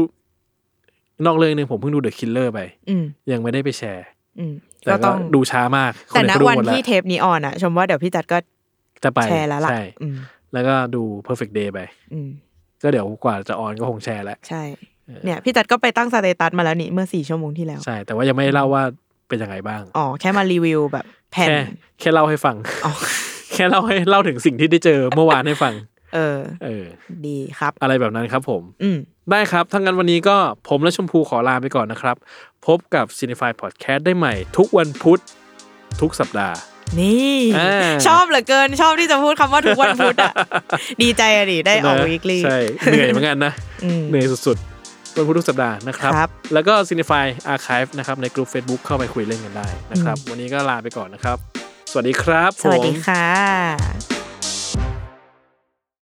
B: นอกเรื่องหนึ่งผมเพิ่งดูเดอะคิลเลอร์ไป
C: อืม
B: ยังไม่ได้ไปแชร์
C: อืม
B: แต่
C: ก็
B: ก็
C: ต้อง
B: ดูช้ามากค
C: แต่
B: อื่
C: ณ
B: เขาดู
C: วัน
B: หมดแล้
C: ที่เทปนี้ออนอ่ะ ชมว่าเดี๋ยวพี่จัดก็
B: จะไป
C: แชร์แล้วล่ะ
B: ใช่
C: อืม
B: แล้วก็ดู perfect day ไป
C: อืม
B: ก็เดี๋ยวกว่าจะออนก็คงแชร์แล้ว
C: ใช่ เนี่ย พี่จัดก็ไปตั้งสเตตัสมาแล้วนี่เมื่อสี่ชั่วโมงที่แล้ว
B: ใช่ แต่ว่ายังไม่ได้เล่าว่าเป็นยังไงบ้าง
C: อ๋อ แค่มารีวิวแบบแผ่น
B: แค่แค่เล่าให้ฟัง
C: อ๋อ
B: แค่เล่าให้เล่าถึงสิ่งที่ได้เจอเมื่อวานให้ฟัง
C: เออ
B: เออ
C: ดีครับ
B: อะไรแบบนั้นครับผม
C: อืม
B: ได้ครับทั้างนั้นวันนี้ก็ผมและชมพูขอลาไปก่อนนะครับ พบกับ c i n e f y Podcast ได้ใหม่ ทุกวันพุธทุกสัปดาห์
C: นี่
B: อ่า
C: ชอบเหลือเกิน ชอบที่จะพูดคำว่าทุกวันพุธอ่ะ ดีใจอะดิได้ออก
B: นะ
C: วีคลี
B: ใช่ เหนื่อยเหมือนกัน นะ
C: อืม
B: เหนื่อยสุดๆวันพุธทุกสัปดาห์นะครับ
C: ครับ
B: แล้วก็ c i n e f y Archive นะครับในกลุ่ม Facebook เข้าไปคุยเล่นกันได้นะครับ วันนี้ก็ลาไปก่อนนะครับ สวัสดีครับ
C: สวัสดี
B: ผม
C: ค่ะ